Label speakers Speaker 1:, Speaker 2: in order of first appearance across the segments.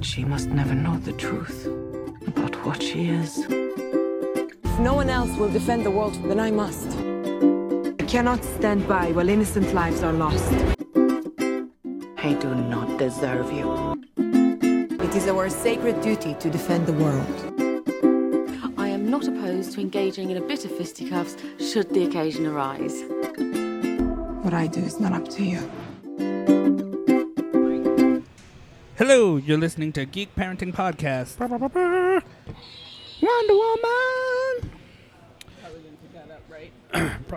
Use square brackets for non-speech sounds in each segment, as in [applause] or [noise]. Speaker 1: She must never know the truth about what she is.
Speaker 2: If no one else will defend the world, then I must. I cannot stand by while innocent lives are lost.
Speaker 1: I do not deserve you.
Speaker 2: It is our sacred duty to defend the world.
Speaker 3: I am not opposed to engaging in a bit of fisticuffs should the occasion arise.
Speaker 2: What I do is not up to you.
Speaker 4: Hello, you're listening to Geek Parenting Podcast. Wonder Woman.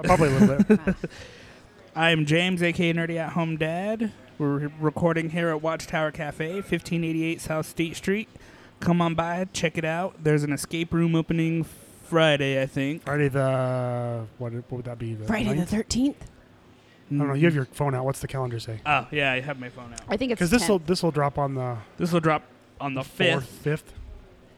Speaker 5: Probably a little bit. [laughs]
Speaker 4: I am James, aka Nerdy at Home Dad. We're recording here at Watchtower Cafe, 1588 South State Street. Come on by, check it out. There's an escape room opening Friday, I think.
Speaker 5: Friday the what, what would that be? The
Speaker 6: Friday the
Speaker 5: ninth?
Speaker 6: thirteenth.
Speaker 5: I don't know. You have your phone out. What's the calendar say?
Speaker 4: Oh yeah, I have my phone out.
Speaker 6: I think it's
Speaker 5: Because this will this will drop on the
Speaker 4: This will drop on the
Speaker 5: fourth,
Speaker 4: fifth,
Speaker 5: fifth.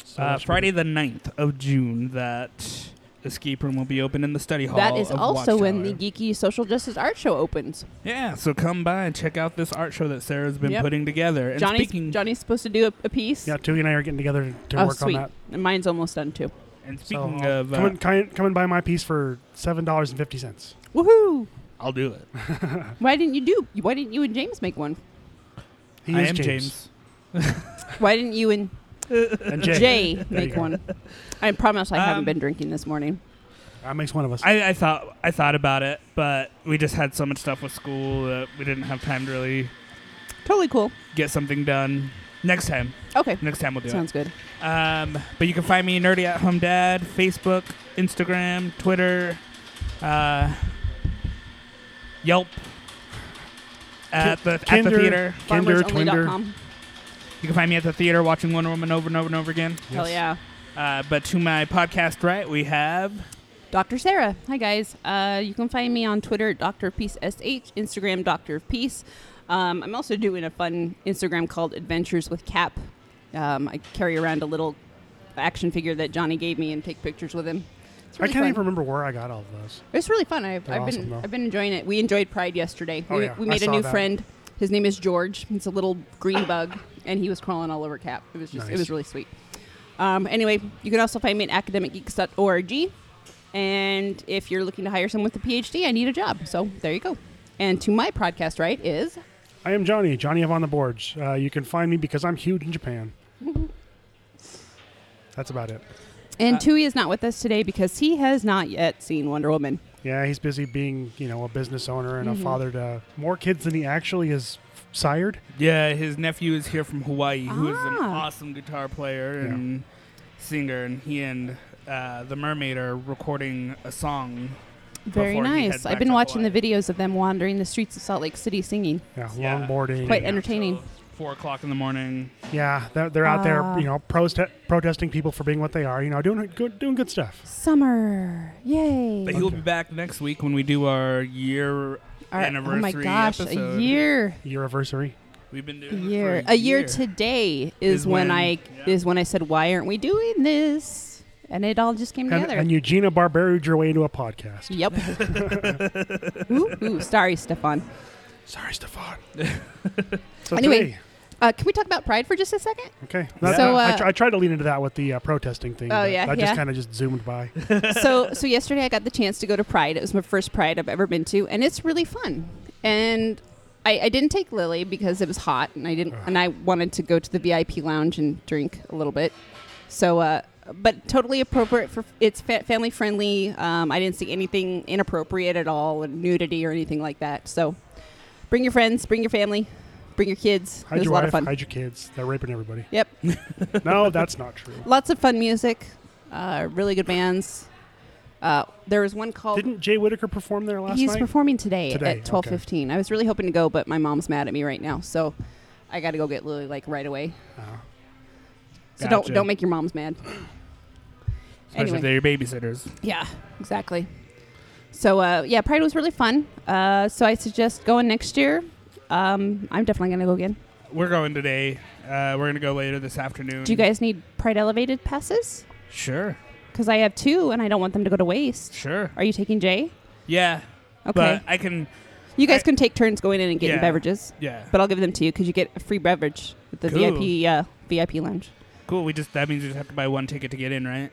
Speaker 5: So
Speaker 4: uh,
Speaker 5: that should
Speaker 4: Friday
Speaker 5: be-
Speaker 4: the 9th of June. That escape room will be open in the study hall.
Speaker 6: That is
Speaker 4: of
Speaker 6: also when the
Speaker 4: Watchtower.
Speaker 6: Geeky Social Justice Art Show opens.
Speaker 4: Yeah, so come by and check out this art show that Sarah's been
Speaker 6: Yep.
Speaker 4: putting together. And
Speaker 6: Johnny's
Speaker 4: speaking
Speaker 6: Johnny's supposed to do a, a piece.
Speaker 5: Yeah, Tui and I are getting together to
Speaker 6: oh,
Speaker 5: work
Speaker 6: sweet.
Speaker 5: on that.
Speaker 6: And mine's almost done too.
Speaker 4: and
Speaker 5: So
Speaker 4: speaking
Speaker 5: I'll-
Speaker 4: of,
Speaker 5: come,
Speaker 4: uh,
Speaker 5: and, come, and- come and buy my piece for seven dollars and fifty cents.
Speaker 6: Woohoo!
Speaker 4: I'll do it.
Speaker 6: Why didn't you do? Why didn't you and James make one?
Speaker 5: He
Speaker 4: I
Speaker 5: is
Speaker 4: am James.
Speaker 6: Why didn't you and
Speaker 4: [laughs]
Speaker 5: and Jay.
Speaker 6: Jay
Speaker 5: There you
Speaker 6: make
Speaker 5: go.
Speaker 6: one? I promise I
Speaker 4: Um,
Speaker 6: haven't been drinking this morning.
Speaker 5: That makes one of us.
Speaker 4: I, I thought I thought about it, but we just had so much stuff with school that we didn't have time to really
Speaker 6: Totally cool.
Speaker 4: get something done. Next time,
Speaker 6: Okay,
Speaker 4: next time we'll do
Speaker 6: sounds good.
Speaker 4: it. Um, but you can find me nerdy at home dad, Facebook, Instagram, Twitter, uh, Yelp. At the, at the
Speaker 5: Kinder-
Speaker 4: theater,
Speaker 5: Kinder,
Speaker 6: FarmersOnly.com.
Speaker 4: you can find me at the theater watching Wonder Woman over and over and over again.
Speaker 6: Hell yeah.
Speaker 4: Uh, but to my podcast right, we have
Speaker 6: Dr. Sarah. Hi, guys. Uh, you can find me on Twitter at Dr. Peace SH, Instagram Dr. of Peace. Um, I'm also doing a fun Instagram called Adventures with Cap. Um, I carry around a little action figure that Johnny gave me and take pictures with him. It's
Speaker 5: I
Speaker 6: really
Speaker 5: can't
Speaker 6: fun.
Speaker 5: even remember where I got all of those.
Speaker 6: It's really fun. I've,
Speaker 5: They're
Speaker 6: I've
Speaker 5: awesome,
Speaker 6: been
Speaker 5: though.
Speaker 6: I've been enjoying it. We enjoyed Pride yesterday.
Speaker 5: Oh,
Speaker 6: we,
Speaker 5: yeah.
Speaker 6: we
Speaker 5: I
Speaker 6: made a
Speaker 5: saw
Speaker 6: new
Speaker 5: that.
Speaker 6: friend. His name is George. He's a little green bug, and he was crawling all over Cap. It was just it
Speaker 5: Nice.
Speaker 6: was really sweet. Um, anyway, you can also find me at academicgeeks.org. And if you're looking to hire someone with a PhD, I need a job. So there you go. And to my podcast, right, is
Speaker 5: I am Johnny. Johnny of on the boards. Uh, you can find me because I'm huge in Japan.
Speaker 6: [laughs]
Speaker 5: That's about it. Uh,
Speaker 6: and Tui is not with us today because he has not yet seen Wonder Woman.
Speaker 5: Yeah, he's busy being, you know, a business owner and
Speaker 6: Mm-hmm.
Speaker 5: a father to more kids than he actually is sired.
Speaker 4: yeah, his nephew is here from Hawaii, who is an
Speaker 6: Ah.
Speaker 4: awesome guitar player
Speaker 5: Yeah.
Speaker 4: and singer, and he and uh, the Mermaid are recording a song.
Speaker 6: Very
Speaker 4: Before he heads
Speaker 6: nice.
Speaker 4: back
Speaker 6: I've been
Speaker 4: to
Speaker 6: watching
Speaker 4: Hawaii.
Speaker 6: the videos of them wandering the streets of Salt Lake City singing.
Speaker 5: Yeah,
Speaker 4: Yeah.
Speaker 5: longboarding.
Speaker 6: Quite
Speaker 5: yeah.
Speaker 6: entertaining.
Speaker 4: till Four o'clock in the morning.
Speaker 5: they're, they're out there,
Speaker 6: Ah.
Speaker 5: you know, proste- protesting people for being what they are. You know, doing good, doing good stuff.
Speaker 6: Summer. Yay.
Speaker 4: But he'll
Speaker 5: Okay.
Speaker 4: be back next week when we do our year
Speaker 6: Our-
Speaker 4: anniversary.
Speaker 6: Oh my gosh,
Speaker 4: episode.
Speaker 6: a year,
Speaker 5: Your anniversary.
Speaker 4: We've been
Speaker 6: a
Speaker 4: doing it for
Speaker 6: year,
Speaker 4: a
Speaker 6: a year today is,
Speaker 4: Is
Speaker 6: when,
Speaker 4: when-
Speaker 6: I
Speaker 4: yeah.
Speaker 6: is when I said, "Why aren't we doing this?" And it all just came
Speaker 5: And,
Speaker 6: together.
Speaker 5: and Eugenia barbered your way into a podcast.
Speaker 6: yep. ooh, ooh, sorry, Stefan.
Speaker 5: Sorry, Stefan. so
Speaker 6: Anyway.
Speaker 5: today,
Speaker 6: Uh, can we talk about pride for just a second?
Speaker 5: okay.
Speaker 4: Yeah.
Speaker 6: So,
Speaker 5: I,
Speaker 6: uh,
Speaker 5: tr- I tried to lean into that with the uh, protesting thing.
Speaker 6: Oh,
Speaker 5: but
Speaker 6: yeah,
Speaker 5: That
Speaker 6: yeah.
Speaker 5: just kind of just zoomed by.
Speaker 6: so so yesterday I got the chance to go to Pride. It was my first Pride I've ever been to, and it's really fun. And I, I didn't take Lily because it was hot, and I didn't, and I wanted to go to the VIP lounge and drink a little bit. So, uh, but totally appropriate for it's fa- family friendly. Um, I didn't see anything inappropriate at all, and nudity or anything like that. So, bring your friends, bring your family, bring your kids.
Speaker 5: Hide
Speaker 6: it was a
Speaker 5: your
Speaker 6: lot
Speaker 5: wife,
Speaker 6: of fun.
Speaker 5: hide your kids. They're raping everybody.
Speaker 6: Yep.
Speaker 5: [laughs] no, that's not true.
Speaker 6: Lots of fun music, uh, really good bands. Uh, there was one called
Speaker 5: Didn't Jay Whitaker perform there last
Speaker 6: He's
Speaker 5: night?
Speaker 6: performing today,
Speaker 5: Today, okay.
Speaker 6: at twelve fifteen. I was really hoping to go, but my mom's mad at me right now, so I got to go get Lily like right away.
Speaker 5: Oh.
Speaker 6: So
Speaker 4: Gotcha.
Speaker 6: don't don't make your mom's mad.
Speaker 4: [clears throat] Especially
Speaker 6: anyway.
Speaker 4: if they're your babysitters.
Speaker 6: Yeah, exactly. So uh, yeah, Pride was really fun. Uh, so I suggest going next year. Um, I'm definitely gonna go again.
Speaker 4: We're going today. Uh, we're gonna go later this afternoon.
Speaker 6: Do you guys need Pride Elevated passes?
Speaker 4: Sure,
Speaker 6: Because I have two, and I don't want them to go to waste.
Speaker 4: sure.
Speaker 6: Are you taking Jay?
Speaker 4: Yeah,
Speaker 6: Okay,
Speaker 4: but I can.
Speaker 6: you guys
Speaker 4: I-
Speaker 6: can take turns going in and getting
Speaker 4: Yeah.
Speaker 6: beverages,
Speaker 4: Yeah,
Speaker 6: but I'll give them to you because you get a free beverage with the
Speaker 4: Cool.
Speaker 6: VIP uh, VIP lounge.
Speaker 4: Cool. We just that means we just have to buy one ticket to get in, right?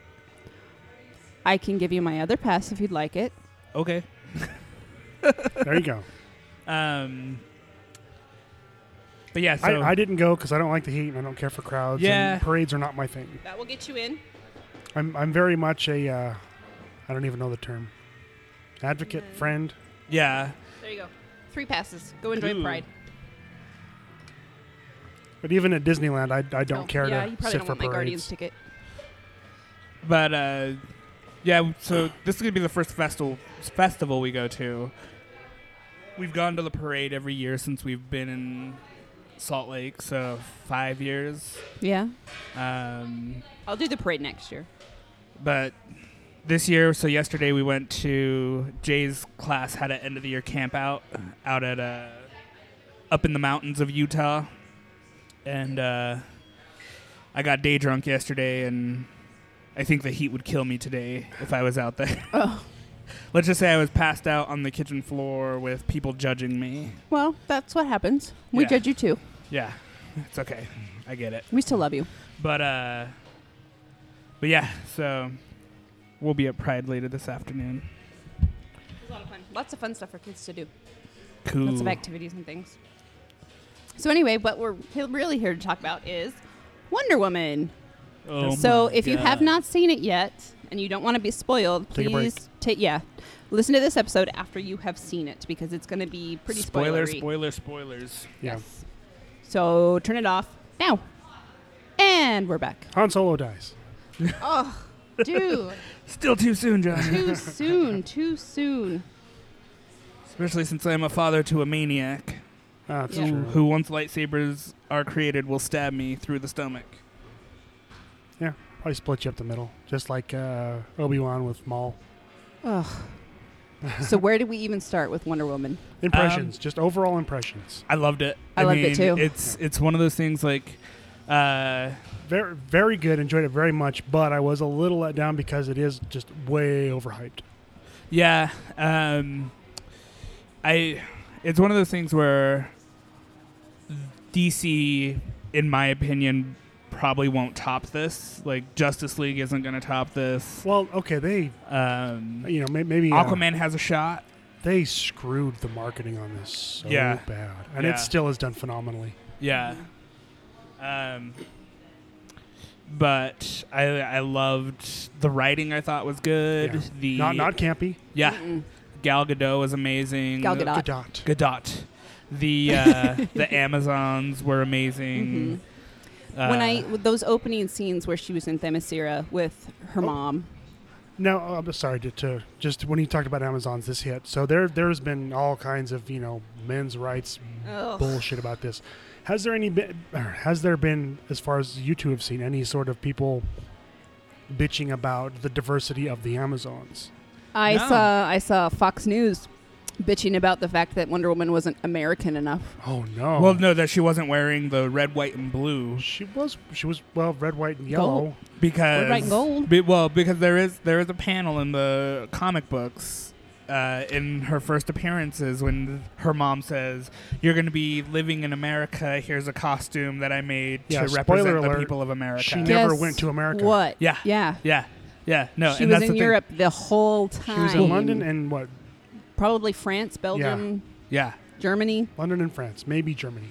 Speaker 6: I can give you my other pass if you'd like it.
Speaker 4: Okay.
Speaker 5: There
Speaker 4: [laughs]
Speaker 5: you go.
Speaker 4: Um. But yeah, so
Speaker 5: I, I didn't go because I don't like the heat and I don't care for crowds.
Speaker 4: Yeah.
Speaker 5: And parades are not my thing.
Speaker 6: That will get you in.
Speaker 5: I'm, I'm very much a, uh, I don't even know the term, advocate,
Speaker 6: Mm.
Speaker 5: friend.
Speaker 4: yeah,
Speaker 6: There you go. Three passes. Go enjoy
Speaker 4: Ooh.
Speaker 6: Pride.
Speaker 5: But even at Disneyland, I, I don't
Speaker 6: Oh,
Speaker 5: care
Speaker 6: yeah,
Speaker 5: to
Speaker 6: you probably
Speaker 5: sit
Speaker 6: don't
Speaker 5: for
Speaker 6: want my Guardians
Speaker 5: parades.
Speaker 6: ticket.
Speaker 4: but uh, yeah. So this is gonna be the first festival festival we go to. We've gone to the parade every year since we've been in Salt Lake, so five years.
Speaker 6: Yeah.
Speaker 4: Um,
Speaker 6: I'll do the parade next year.
Speaker 4: but this year, so yesterday we went to Jay's class had an end of the year camp out out at uh, up in the mountains of Utah, and uh, I got day drunk yesterday, and I think the heat would kill me today if I was out there. [laughs]
Speaker 6: Oh.
Speaker 4: Let's just say I was passed out on the kitchen floor with people judging me.
Speaker 6: Well, that's what happens. We
Speaker 4: Yeah.
Speaker 6: judge you too.
Speaker 4: Yeah, it's okay. I get it.
Speaker 6: We still love you.
Speaker 4: But uh but yeah, so we'll be at Pride later this afternoon.
Speaker 6: Lots of fun stuff for kids to do.
Speaker 4: Cool.
Speaker 6: Lots of activities and things. So anyway, what we're he- really here to talk about is Wonder Woman.
Speaker 4: Oh
Speaker 6: so
Speaker 4: my
Speaker 6: if you have
Speaker 4: God.
Speaker 6: not seen it yet and you don't want to be spoiled,
Speaker 5: Take a break.
Speaker 6: please take yeah, listen to this episode after you have seen it because it's going to be pretty
Speaker 4: spoiler,
Speaker 6: spoilery.
Speaker 4: spoiler, spoilers.
Speaker 5: Yeah.
Speaker 6: Yes. So turn it off now. And we're back.
Speaker 5: Han Solo dies.
Speaker 6: Oh, dude.
Speaker 4: Still too soon, John.
Speaker 6: too soon. Too soon.
Speaker 4: Especially since I am a father to a maniac
Speaker 5: Ah, that's
Speaker 6: Yeah.
Speaker 5: true.
Speaker 4: who, once lightsabers are created, will stab me through the stomach.
Speaker 5: Probably split you up the middle, just like uh, Obi Wan with Maul.
Speaker 6: Ugh. so where did we even start with Wonder Woman?
Speaker 5: Impressions,
Speaker 6: Um,
Speaker 5: just overall impressions.
Speaker 4: I loved it.
Speaker 6: I loved it
Speaker 4: mean,
Speaker 6: too.
Speaker 4: It's it's one of those things like, uh,
Speaker 5: Very, very good. Enjoyed it very much, but I was a little let down because it is just way overhyped.
Speaker 4: Yeah, um, I. It's one of those things where DC, in my opinion, probably won't top this. Like Justice League isn't going to top this.
Speaker 5: Well, okay, they,
Speaker 4: Um,
Speaker 5: you know, may, maybe uh,
Speaker 4: Aquaman has a shot.
Speaker 5: they screwed the marketing on this so
Speaker 4: Yeah.
Speaker 5: bad, and
Speaker 4: Yeah.
Speaker 5: it still has done phenomenally.
Speaker 4: Yeah. Um, but I I loved the writing. I thought was good.
Speaker 5: Yeah.
Speaker 4: The
Speaker 5: Not, not campy.
Speaker 4: yeah.
Speaker 6: Mm-mm.
Speaker 4: Gal Gadot was amazing.
Speaker 6: Gal Gadot. Not-
Speaker 5: Gadot.
Speaker 4: Godot.
Speaker 6: [laughs]
Speaker 4: The uh, the Amazons were amazing. Uh,
Speaker 6: Mm-hmm. when I with those opening scenes where she was in Themyscira with her
Speaker 5: Oh.
Speaker 6: mom.
Speaker 5: No, I'm sorry to, to just when you talked about Amazon's this hit. So there, there's been all kinds of you know men's rights
Speaker 4: Oh.
Speaker 6: Ugh.
Speaker 5: bullshit about this. Has there any been, or has there been, as far as you two have seen, any sort of people bitching about the diversity of the Amazons?
Speaker 6: I
Speaker 4: No.
Speaker 6: saw I saw Fox News bitching about the fact that Wonder Woman wasn't American enough.
Speaker 5: Oh no!
Speaker 4: well, no, that she wasn't wearing the red, white, and blue
Speaker 5: she was, she was well, red, white, and yellow.
Speaker 4: because
Speaker 6: Red, white, and gold.
Speaker 4: Be, well, because there is there is a panel in the comic books. Uh, in her first appearances, when her mom says, "You're going to be living in America. Here's a costume that I made
Speaker 5: Yeah,
Speaker 4: to
Speaker 5: spoiler
Speaker 4: represent the
Speaker 5: alert,
Speaker 4: people of America."
Speaker 5: She never
Speaker 6: Yes.
Speaker 5: went to America.
Speaker 6: What?
Speaker 4: Yeah.
Speaker 6: Yeah.
Speaker 4: yeah, yeah, no,
Speaker 6: she
Speaker 4: and
Speaker 6: was
Speaker 4: that's the
Speaker 6: in
Speaker 4: thing.
Speaker 6: Europe the whole time.
Speaker 5: She was in London and what?
Speaker 6: Probably France, Belgium,
Speaker 4: Yeah,
Speaker 6: Germany.
Speaker 5: London and France, maybe Germany.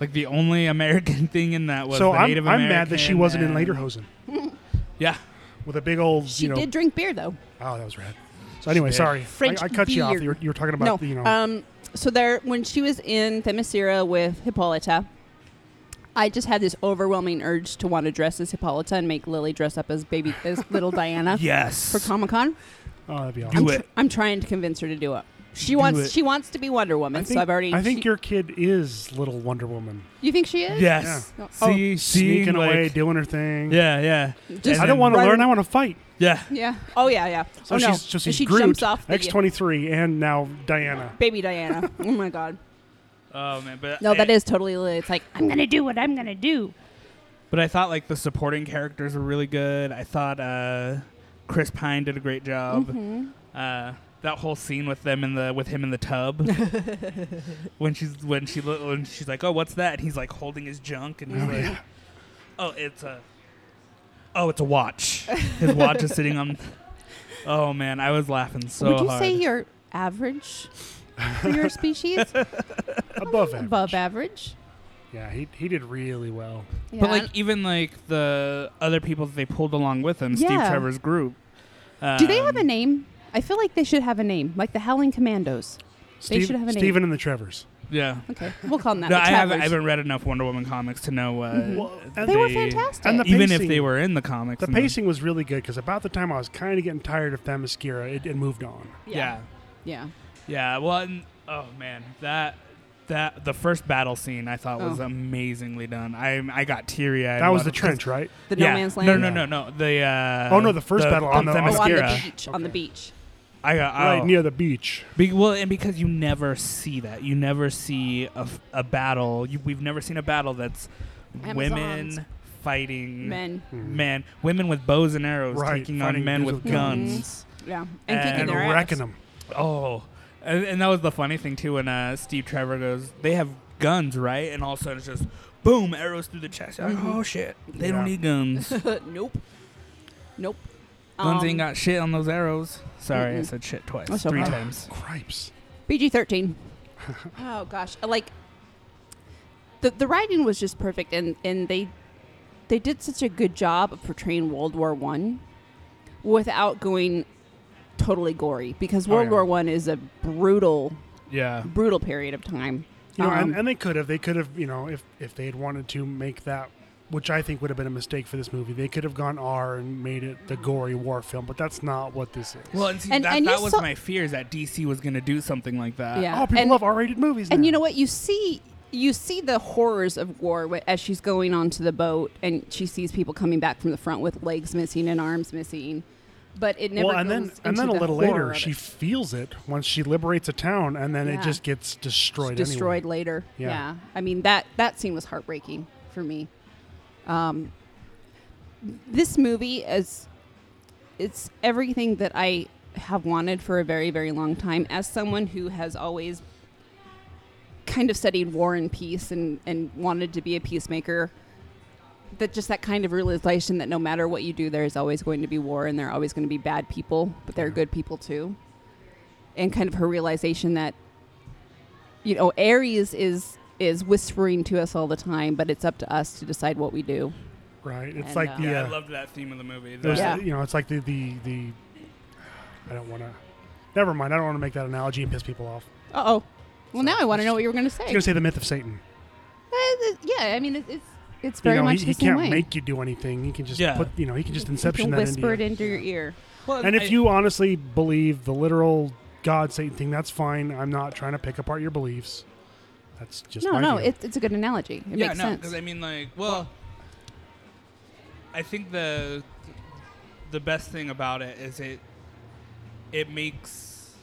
Speaker 4: like the only American [laughs] thing in that was
Speaker 5: So
Speaker 4: the
Speaker 5: I'm,
Speaker 4: Native
Speaker 5: I'm mad that she
Speaker 4: American
Speaker 5: wasn't in
Speaker 4: and-
Speaker 5: Lederhosen
Speaker 4: [laughs] Yeah,
Speaker 5: with a big old,
Speaker 6: She
Speaker 5: you know.
Speaker 6: did drink beer though.
Speaker 5: Oh, that was rad. So anyway,
Speaker 4: did.
Speaker 5: sorry,
Speaker 6: French
Speaker 5: I, I cut you off.
Speaker 6: beer.
Speaker 5: You were, you were talking about
Speaker 6: no.
Speaker 5: you know.
Speaker 6: Um, so there, when she was in Themyscira with Hippolyta, I just had this overwhelming urge to want to dress as Hippolyta and make Lily dress up as baby as little Diana
Speaker 5: [laughs]
Speaker 4: yes,
Speaker 6: for Comic Con.
Speaker 5: oh, that'd be
Speaker 4: Do
Speaker 5: awesome.
Speaker 6: I'm,
Speaker 4: it.
Speaker 6: I'm trying to convince her to do it. She wants.
Speaker 4: it.
Speaker 6: She wants to be Wonder Woman. so I've already.
Speaker 5: I think
Speaker 6: she-
Speaker 5: your kid is little Wonder Woman,
Speaker 6: You think she is?
Speaker 4: Yes.
Speaker 6: Yeah. Oh.
Speaker 4: See, seeing,
Speaker 5: sneaking away,
Speaker 4: like-
Speaker 5: doing her thing.
Speaker 4: yeah, yeah,
Speaker 6: Just
Speaker 5: I don't
Speaker 4: And
Speaker 5: want to
Speaker 6: right-
Speaker 5: learn. I want to fight.
Speaker 4: yeah.
Speaker 6: Yeah. Oh yeah. Yeah.
Speaker 5: So
Speaker 6: oh no.
Speaker 5: she's so she's
Speaker 6: she
Speaker 5: Groot,
Speaker 6: jumps off the
Speaker 5: X twenty three, and now Diana.
Speaker 6: baby
Speaker 5: [laughs]
Speaker 6: Diana. oh my god.
Speaker 4: Oh man, but
Speaker 6: No,
Speaker 5: Eh.
Speaker 6: that
Speaker 4: I-
Speaker 6: is totally. Lily. It's like I'm gonna do what I'm gonna do.
Speaker 4: But I thought like the supporting characters were really good. I thought uh, Chris Pine did a great job.
Speaker 6: Mm-hmm.
Speaker 4: Uh, that whole scene with them in the with him in the
Speaker 6: [laughs]
Speaker 4: tub when she's when she lo- when she's like, oh, what's that? And he's like holding his junk, and he's
Speaker 5: Oh,
Speaker 4: like,
Speaker 5: yeah.
Speaker 4: Oh, it's a. Oh, it's a watch. His watch is sitting on. Oh man, I was laughing so
Speaker 6: Would you
Speaker 4: hard.
Speaker 6: say you're average
Speaker 5: [laughs]
Speaker 6: for your species?
Speaker 5: Above average.
Speaker 6: Above average.
Speaker 5: Yeah, he, he did really well.
Speaker 6: Yeah.
Speaker 4: but like even like the other people that they pulled along with them, Steve
Speaker 6: Yeah.
Speaker 4: Trevor's group.
Speaker 6: do they have
Speaker 4: um,
Speaker 6: a name? I feel like they should have a name, like the Howling Commandos.
Speaker 5: Steve,
Speaker 6: should have a name.
Speaker 5: Steven and the Trevors.
Speaker 4: Yeah.
Speaker 6: Okay, we'll call them that.
Speaker 4: No,
Speaker 6: the
Speaker 4: I haven't, I
Speaker 6: Travelers.
Speaker 4: haven't read enough Wonder Woman comics to know. Uh,
Speaker 6: Mhm.
Speaker 5: Well,
Speaker 4: they,
Speaker 5: and
Speaker 6: they were fantastic.
Speaker 5: and the
Speaker 4: Even if
Speaker 5: pacing-
Speaker 4: they were in the comics,
Speaker 5: The
Speaker 4: and then-
Speaker 5: pacing was really good because about the time I was kind of getting tired of Themyscira, it, it moved on.
Speaker 4: yeah.
Speaker 6: yeah.
Speaker 4: Yeah, well, and, oh man, that that the first battle scene I thought was
Speaker 6: Oh.
Speaker 4: amazingly done. I I got teary eyed.
Speaker 5: That was the trench, right?
Speaker 6: The
Speaker 4: yeah.
Speaker 6: No Man's Land.
Speaker 4: No, no, no, no. The uh,
Speaker 5: Oh, no, the first battle on the-
Speaker 6: Oh, on the
Speaker 4: Themyscira.
Speaker 6: beach. On the
Speaker 5: Okay.
Speaker 6: beach.
Speaker 4: I got oh.
Speaker 5: Right near the beach.
Speaker 4: Be- well, and because you never see that, you never see a, f- a battle. You, we've never seen a battle that's
Speaker 6: Amazons.
Speaker 4: women fighting
Speaker 6: Men.
Speaker 5: Mm.
Speaker 4: men, women with bows and arrows
Speaker 5: Right,
Speaker 4: taking on
Speaker 5: fighting
Speaker 4: men
Speaker 5: dudes
Speaker 4: with
Speaker 5: with guns.
Speaker 4: guns.
Speaker 6: Yeah.
Speaker 4: And
Speaker 6: And, kicking
Speaker 5: And
Speaker 6: their ass.
Speaker 5: wrecking them.
Speaker 4: Oh, and, and that was the funny thing too. When uh, Steve Trevor goes, they have guns, right? And all of a sudden it's just boom, arrows through the chest. You're like,
Speaker 6: Mm-hmm.
Speaker 4: oh shit, they don't
Speaker 5: Yeah.
Speaker 4: need
Speaker 6: [laughs]
Speaker 4: guns. guns
Speaker 6: nope. Nope.
Speaker 4: ain't got shit on those arrows. Sorry, I
Speaker 6: Um, Mm-mm.
Speaker 4: said shit twice,
Speaker 6: That's
Speaker 4: three
Speaker 6: okay.
Speaker 4: times.
Speaker 5: Cripes.
Speaker 6: PG thirteen. [laughs] oh gosh, like the the writing was just perfect, and and they they did such a good job of portraying World War One without going totally gory because
Speaker 4: Oh,
Speaker 6: World
Speaker 4: yeah.
Speaker 6: War One is a brutal
Speaker 4: Yeah,
Speaker 6: brutal period of time.
Speaker 5: You know,
Speaker 6: Um,
Speaker 5: and, and they could have. They could have, you know, if, if they had wanted to make that, which I think would have been a mistake for this movie, they could have gone R and made it the gory war film, but that's not what this is.
Speaker 4: well, and see,
Speaker 6: And-
Speaker 4: that,
Speaker 6: and you
Speaker 4: that was
Speaker 6: saw-
Speaker 4: my fear is that DC was gonna do something like that.
Speaker 6: Yeah.
Speaker 5: oh, people
Speaker 6: and-
Speaker 5: love R rated movies.
Speaker 6: And
Speaker 5: now.
Speaker 6: you know what? You see, you see the horrors of war wh- as she's going onto the boat, and she sees people coming back from the front with legs missing and arms missing. But it never.
Speaker 5: well, and then
Speaker 6: goes
Speaker 5: and
Speaker 6: into
Speaker 5: then a
Speaker 6: the
Speaker 5: little
Speaker 6: horror
Speaker 5: later,
Speaker 6: of
Speaker 5: she
Speaker 6: it.
Speaker 5: feels it once she liberates a town, and then
Speaker 6: Yeah.
Speaker 5: it just gets destroyed.
Speaker 6: It's destroyed
Speaker 5: Anyway.
Speaker 6: later.
Speaker 5: Yeah.
Speaker 6: Yeah. I mean that that scene was heartbreaking for me. Um, this movie is it's everything that I have wanted for a very very long time as someone who has always kind of studied war and peace and and wanted to be a peacemaker that just that kind of realization that no matter what you do there's always going to be war and there are always going to be bad people but there are good people too and kind of her realization that you know aries is is whispering to us all the time but it's up to us to decide what we do
Speaker 5: Right. It's
Speaker 6: And,
Speaker 5: like
Speaker 6: uh,
Speaker 5: the
Speaker 4: Yeah, I
Speaker 5: uh,
Speaker 4: loved that theme of the movie. That-
Speaker 5: there's
Speaker 6: Yeah.
Speaker 5: the- you know, it's like the the the. I don't want to. Never mind. I don't want to make that analogy and piss people off.
Speaker 6: uh-oh well now i want to know what you were going to say
Speaker 5: I was gonna say the myth of Satan.
Speaker 6: Uh, th- yeah i mean it, it's it's very
Speaker 5: you know, he,
Speaker 6: much the
Speaker 5: he
Speaker 6: same
Speaker 5: can't
Speaker 6: way
Speaker 5: make you do anything. He can just
Speaker 4: Yeah.
Speaker 5: put. You know, he can just
Speaker 6: You
Speaker 5: inception
Speaker 6: can
Speaker 5: that into you.
Speaker 6: whisper it into your ear
Speaker 4: Well,
Speaker 5: And
Speaker 4: I-
Speaker 5: if you honestly believe the literal God Satan thing, that's fine. I'm not trying to pick apart your beliefs. That's just
Speaker 6: no
Speaker 5: my
Speaker 6: no
Speaker 5: view.
Speaker 6: it, it's a good analogy it
Speaker 4: yeah,
Speaker 6: makes
Speaker 4: no,
Speaker 6: sense
Speaker 4: because I mean, like, well, I think the the best thing about it is it it makes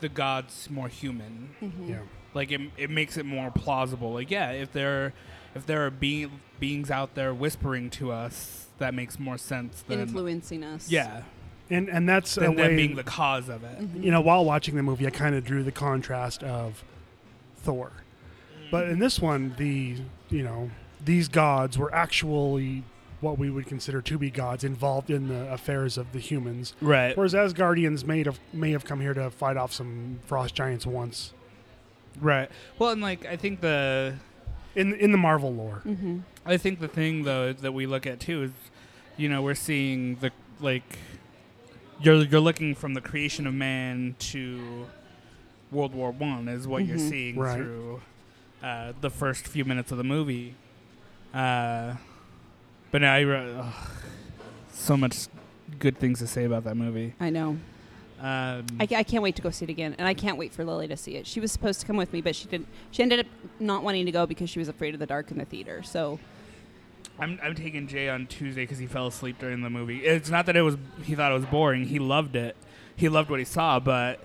Speaker 4: the gods more human.
Speaker 5: yeah.
Speaker 4: Like, it, it makes it more plausible. Like, yeah, if there if there are being, beings out there whispering to us, that makes more sense than
Speaker 6: influencing us
Speaker 4: yeah
Speaker 5: And and that's a
Speaker 4: than
Speaker 5: way
Speaker 4: them being the cause of it.
Speaker 5: you know, while watching the movie, I kind of drew the contrast of Thor. But in this one, the, you know, these gods were actually what we would consider to be gods involved in the affairs of the humans.
Speaker 4: Right.
Speaker 5: Whereas Asgardians may have, may have come here to fight off some frost giants once
Speaker 4: Right. Well, and like I think the
Speaker 5: in, in the Marvel lore.
Speaker 6: mm-hmm.
Speaker 4: I think the thing though that we look at too is, you know, we're seeing the like, you're you're looking from the creation of man to World War One is what you're
Speaker 6: Mhm.
Speaker 4: seeing
Speaker 5: Right.
Speaker 4: through uh, the first few minutes of the movie. Uh, but now I re- ugh, so much good things to say about that movie.
Speaker 6: i know
Speaker 4: Um,
Speaker 6: I, ca- I can't wait to go see it again, and I can't wait for Lily to see it. She was supposed to come with me, but she didn't. She ended up not wanting to go because she was afraid of the dark in the theater. So
Speaker 4: I'm I'm taking Jay on Tuesday because he fell asleep during the movie. It's not that it was he thought it was boring. He loved it. He loved what he saw, but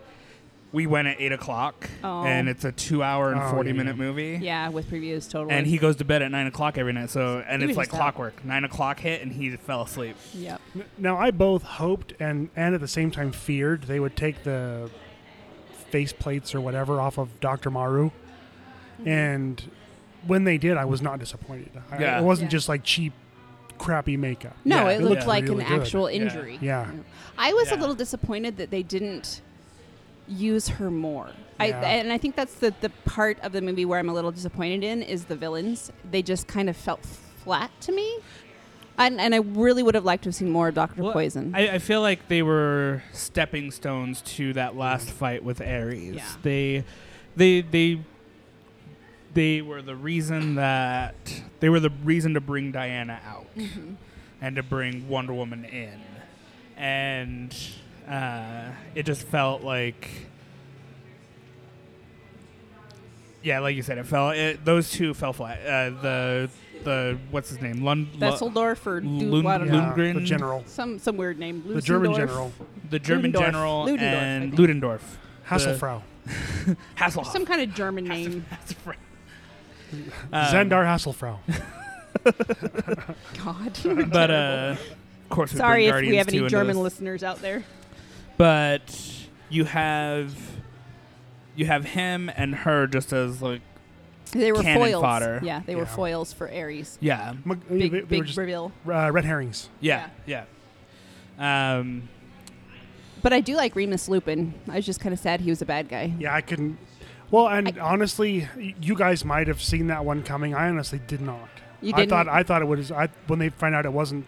Speaker 4: we went at eight o'clock,
Speaker 6: Oh.
Speaker 4: and it's a two-hour and
Speaker 5: Oh, yeah.
Speaker 4: forty-minute movie.
Speaker 6: yeah, with previews totally.
Speaker 4: And he goes to bed at nine o'clock every night. So and it's
Speaker 6: He was
Speaker 4: like
Speaker 6: just out.
Speaker 4: clockwork. Nine o'clock hit, and he fell asleep.
Speaker 6: Yep.
Speaker 5: N- Now, I both hoped and, and at the same time feared they would take the
Speaker 6: Mm-hmm.
Speaker 5: face plates or whatever off of Dr. Maru and when they did, I was not disappointed. I-
Speaker 4: Yeah.
Speaker 5: It wasn't
Speaker 3: Yeah.
Speaker 5: just like cheap, crappy makeup.
Speaker 6: No,
Speaker 4: Yeah,
Speaker 6: it,
Speaker 4: it
Speaker 6: looked
Speaker 4: looked
Speaker 6: like
Speaker 5: really
Speaker 6: an
Speaker 5: good.
Speaker 6: actual
Speaker 4: Yeah.
Speaker 6: injury.
Speaker 5: Yeah.
Speaker 6: I was
Speaker 4: Yeah.
Speaker 6: a little disappointed that they didn't use her more. I,
Speaker 5: Yeah.
Speaker 6: and I think that's the, the part of the movie where I'm a little disappointed in is the villains. They just kind of felt flat to me. And, and I really would have liked to have seen more of Dr.
Speaker 4: Well,
Speaker 6: Poison.
Speaker 4: I, I feel like they were stepping stones to that last fight with Ares.
Speaker 6: Yeah.
Speaker 4: They, they, they, they were the reason that they were the reason to bring Diana out
Speaker 6: Mm-hmm.
Speaker 4: and to bring Wonder Woman in, and uh, it just felt like. Yeah, like you said, it fell. It, those two fell flat. Uh, the the what's his name? Lund, Lu-
Speaker 6: Besseldorf or Dude,
Speaker 4: Lund-
Speaker 6: I don't know.
Speaker 5: Yeah, The
Speaker 4: Lundgren?
Speaker 5: general.
Speaker 6: Some, some weird name.
Speaker 5: The German
Speaker 6: Lucendorf.
Speaker 5: general.
Speaker 4: the German
Speaker 6: Ludendorff.
Speaker 4: general
Speaker 6: Ludendorff,
Speaker 4: and
Speaker 6: I
Speaker 4: Ludendorff.
Speaker 5: Hasselfrau.
Speaker 4: The- Hasselhoff.
Speaker 6: Some kind of German name.
Speaker 4: Hasselfrau.
Speaker 6: [laughs]
Speaker 4: Um,
Speaker 5: Zendar Hasselfrau.
Speaker 6: [laughs] God.
Speaker 4: But uh, of course, we
Speaker 6: Sorry
Speaker 4: bring
Speaker 6: if we
Speaker 4: Guardians
Speaker 6: have
Speaker 4: 2
Speaker 6: any
Speaker 4: into
Speaker 6: German
Speaker 4: this.
Speaker 6: listeners out there.
Speaker 4: But you have you have him and her just as like
Speaker 6: They were
Speaker 4: Cannon
Speaker 6: foils.
Speaker 4: fodder.
Speaker 6: Yeah, they were
Speaker 5: Yeah.
Speaker 6: foils for Ares.
Speaker 4: yeah
Speaker 5: Mag-
Speaker 6: Big,
Speaker 5: they, they
Speaker 6: big
Speaker 5: were just
Speaker 6: reveal.
Speaker 5: uh, red herrings.
Speaker 4: yeah yeah. Um,
Speaker 6: But I do like Remus Lupin. I was just kind of sad he was a bad guy.
Speaker 5: Yeah, I couldn't. Well, and honestly, y- you guys might have seen that one coming. I honestly did not.
Speaker 6: You
Speaker 5: I
Speaker 6: didn't?
Speaker 5: thought I thought it was. I when they find out it wasn't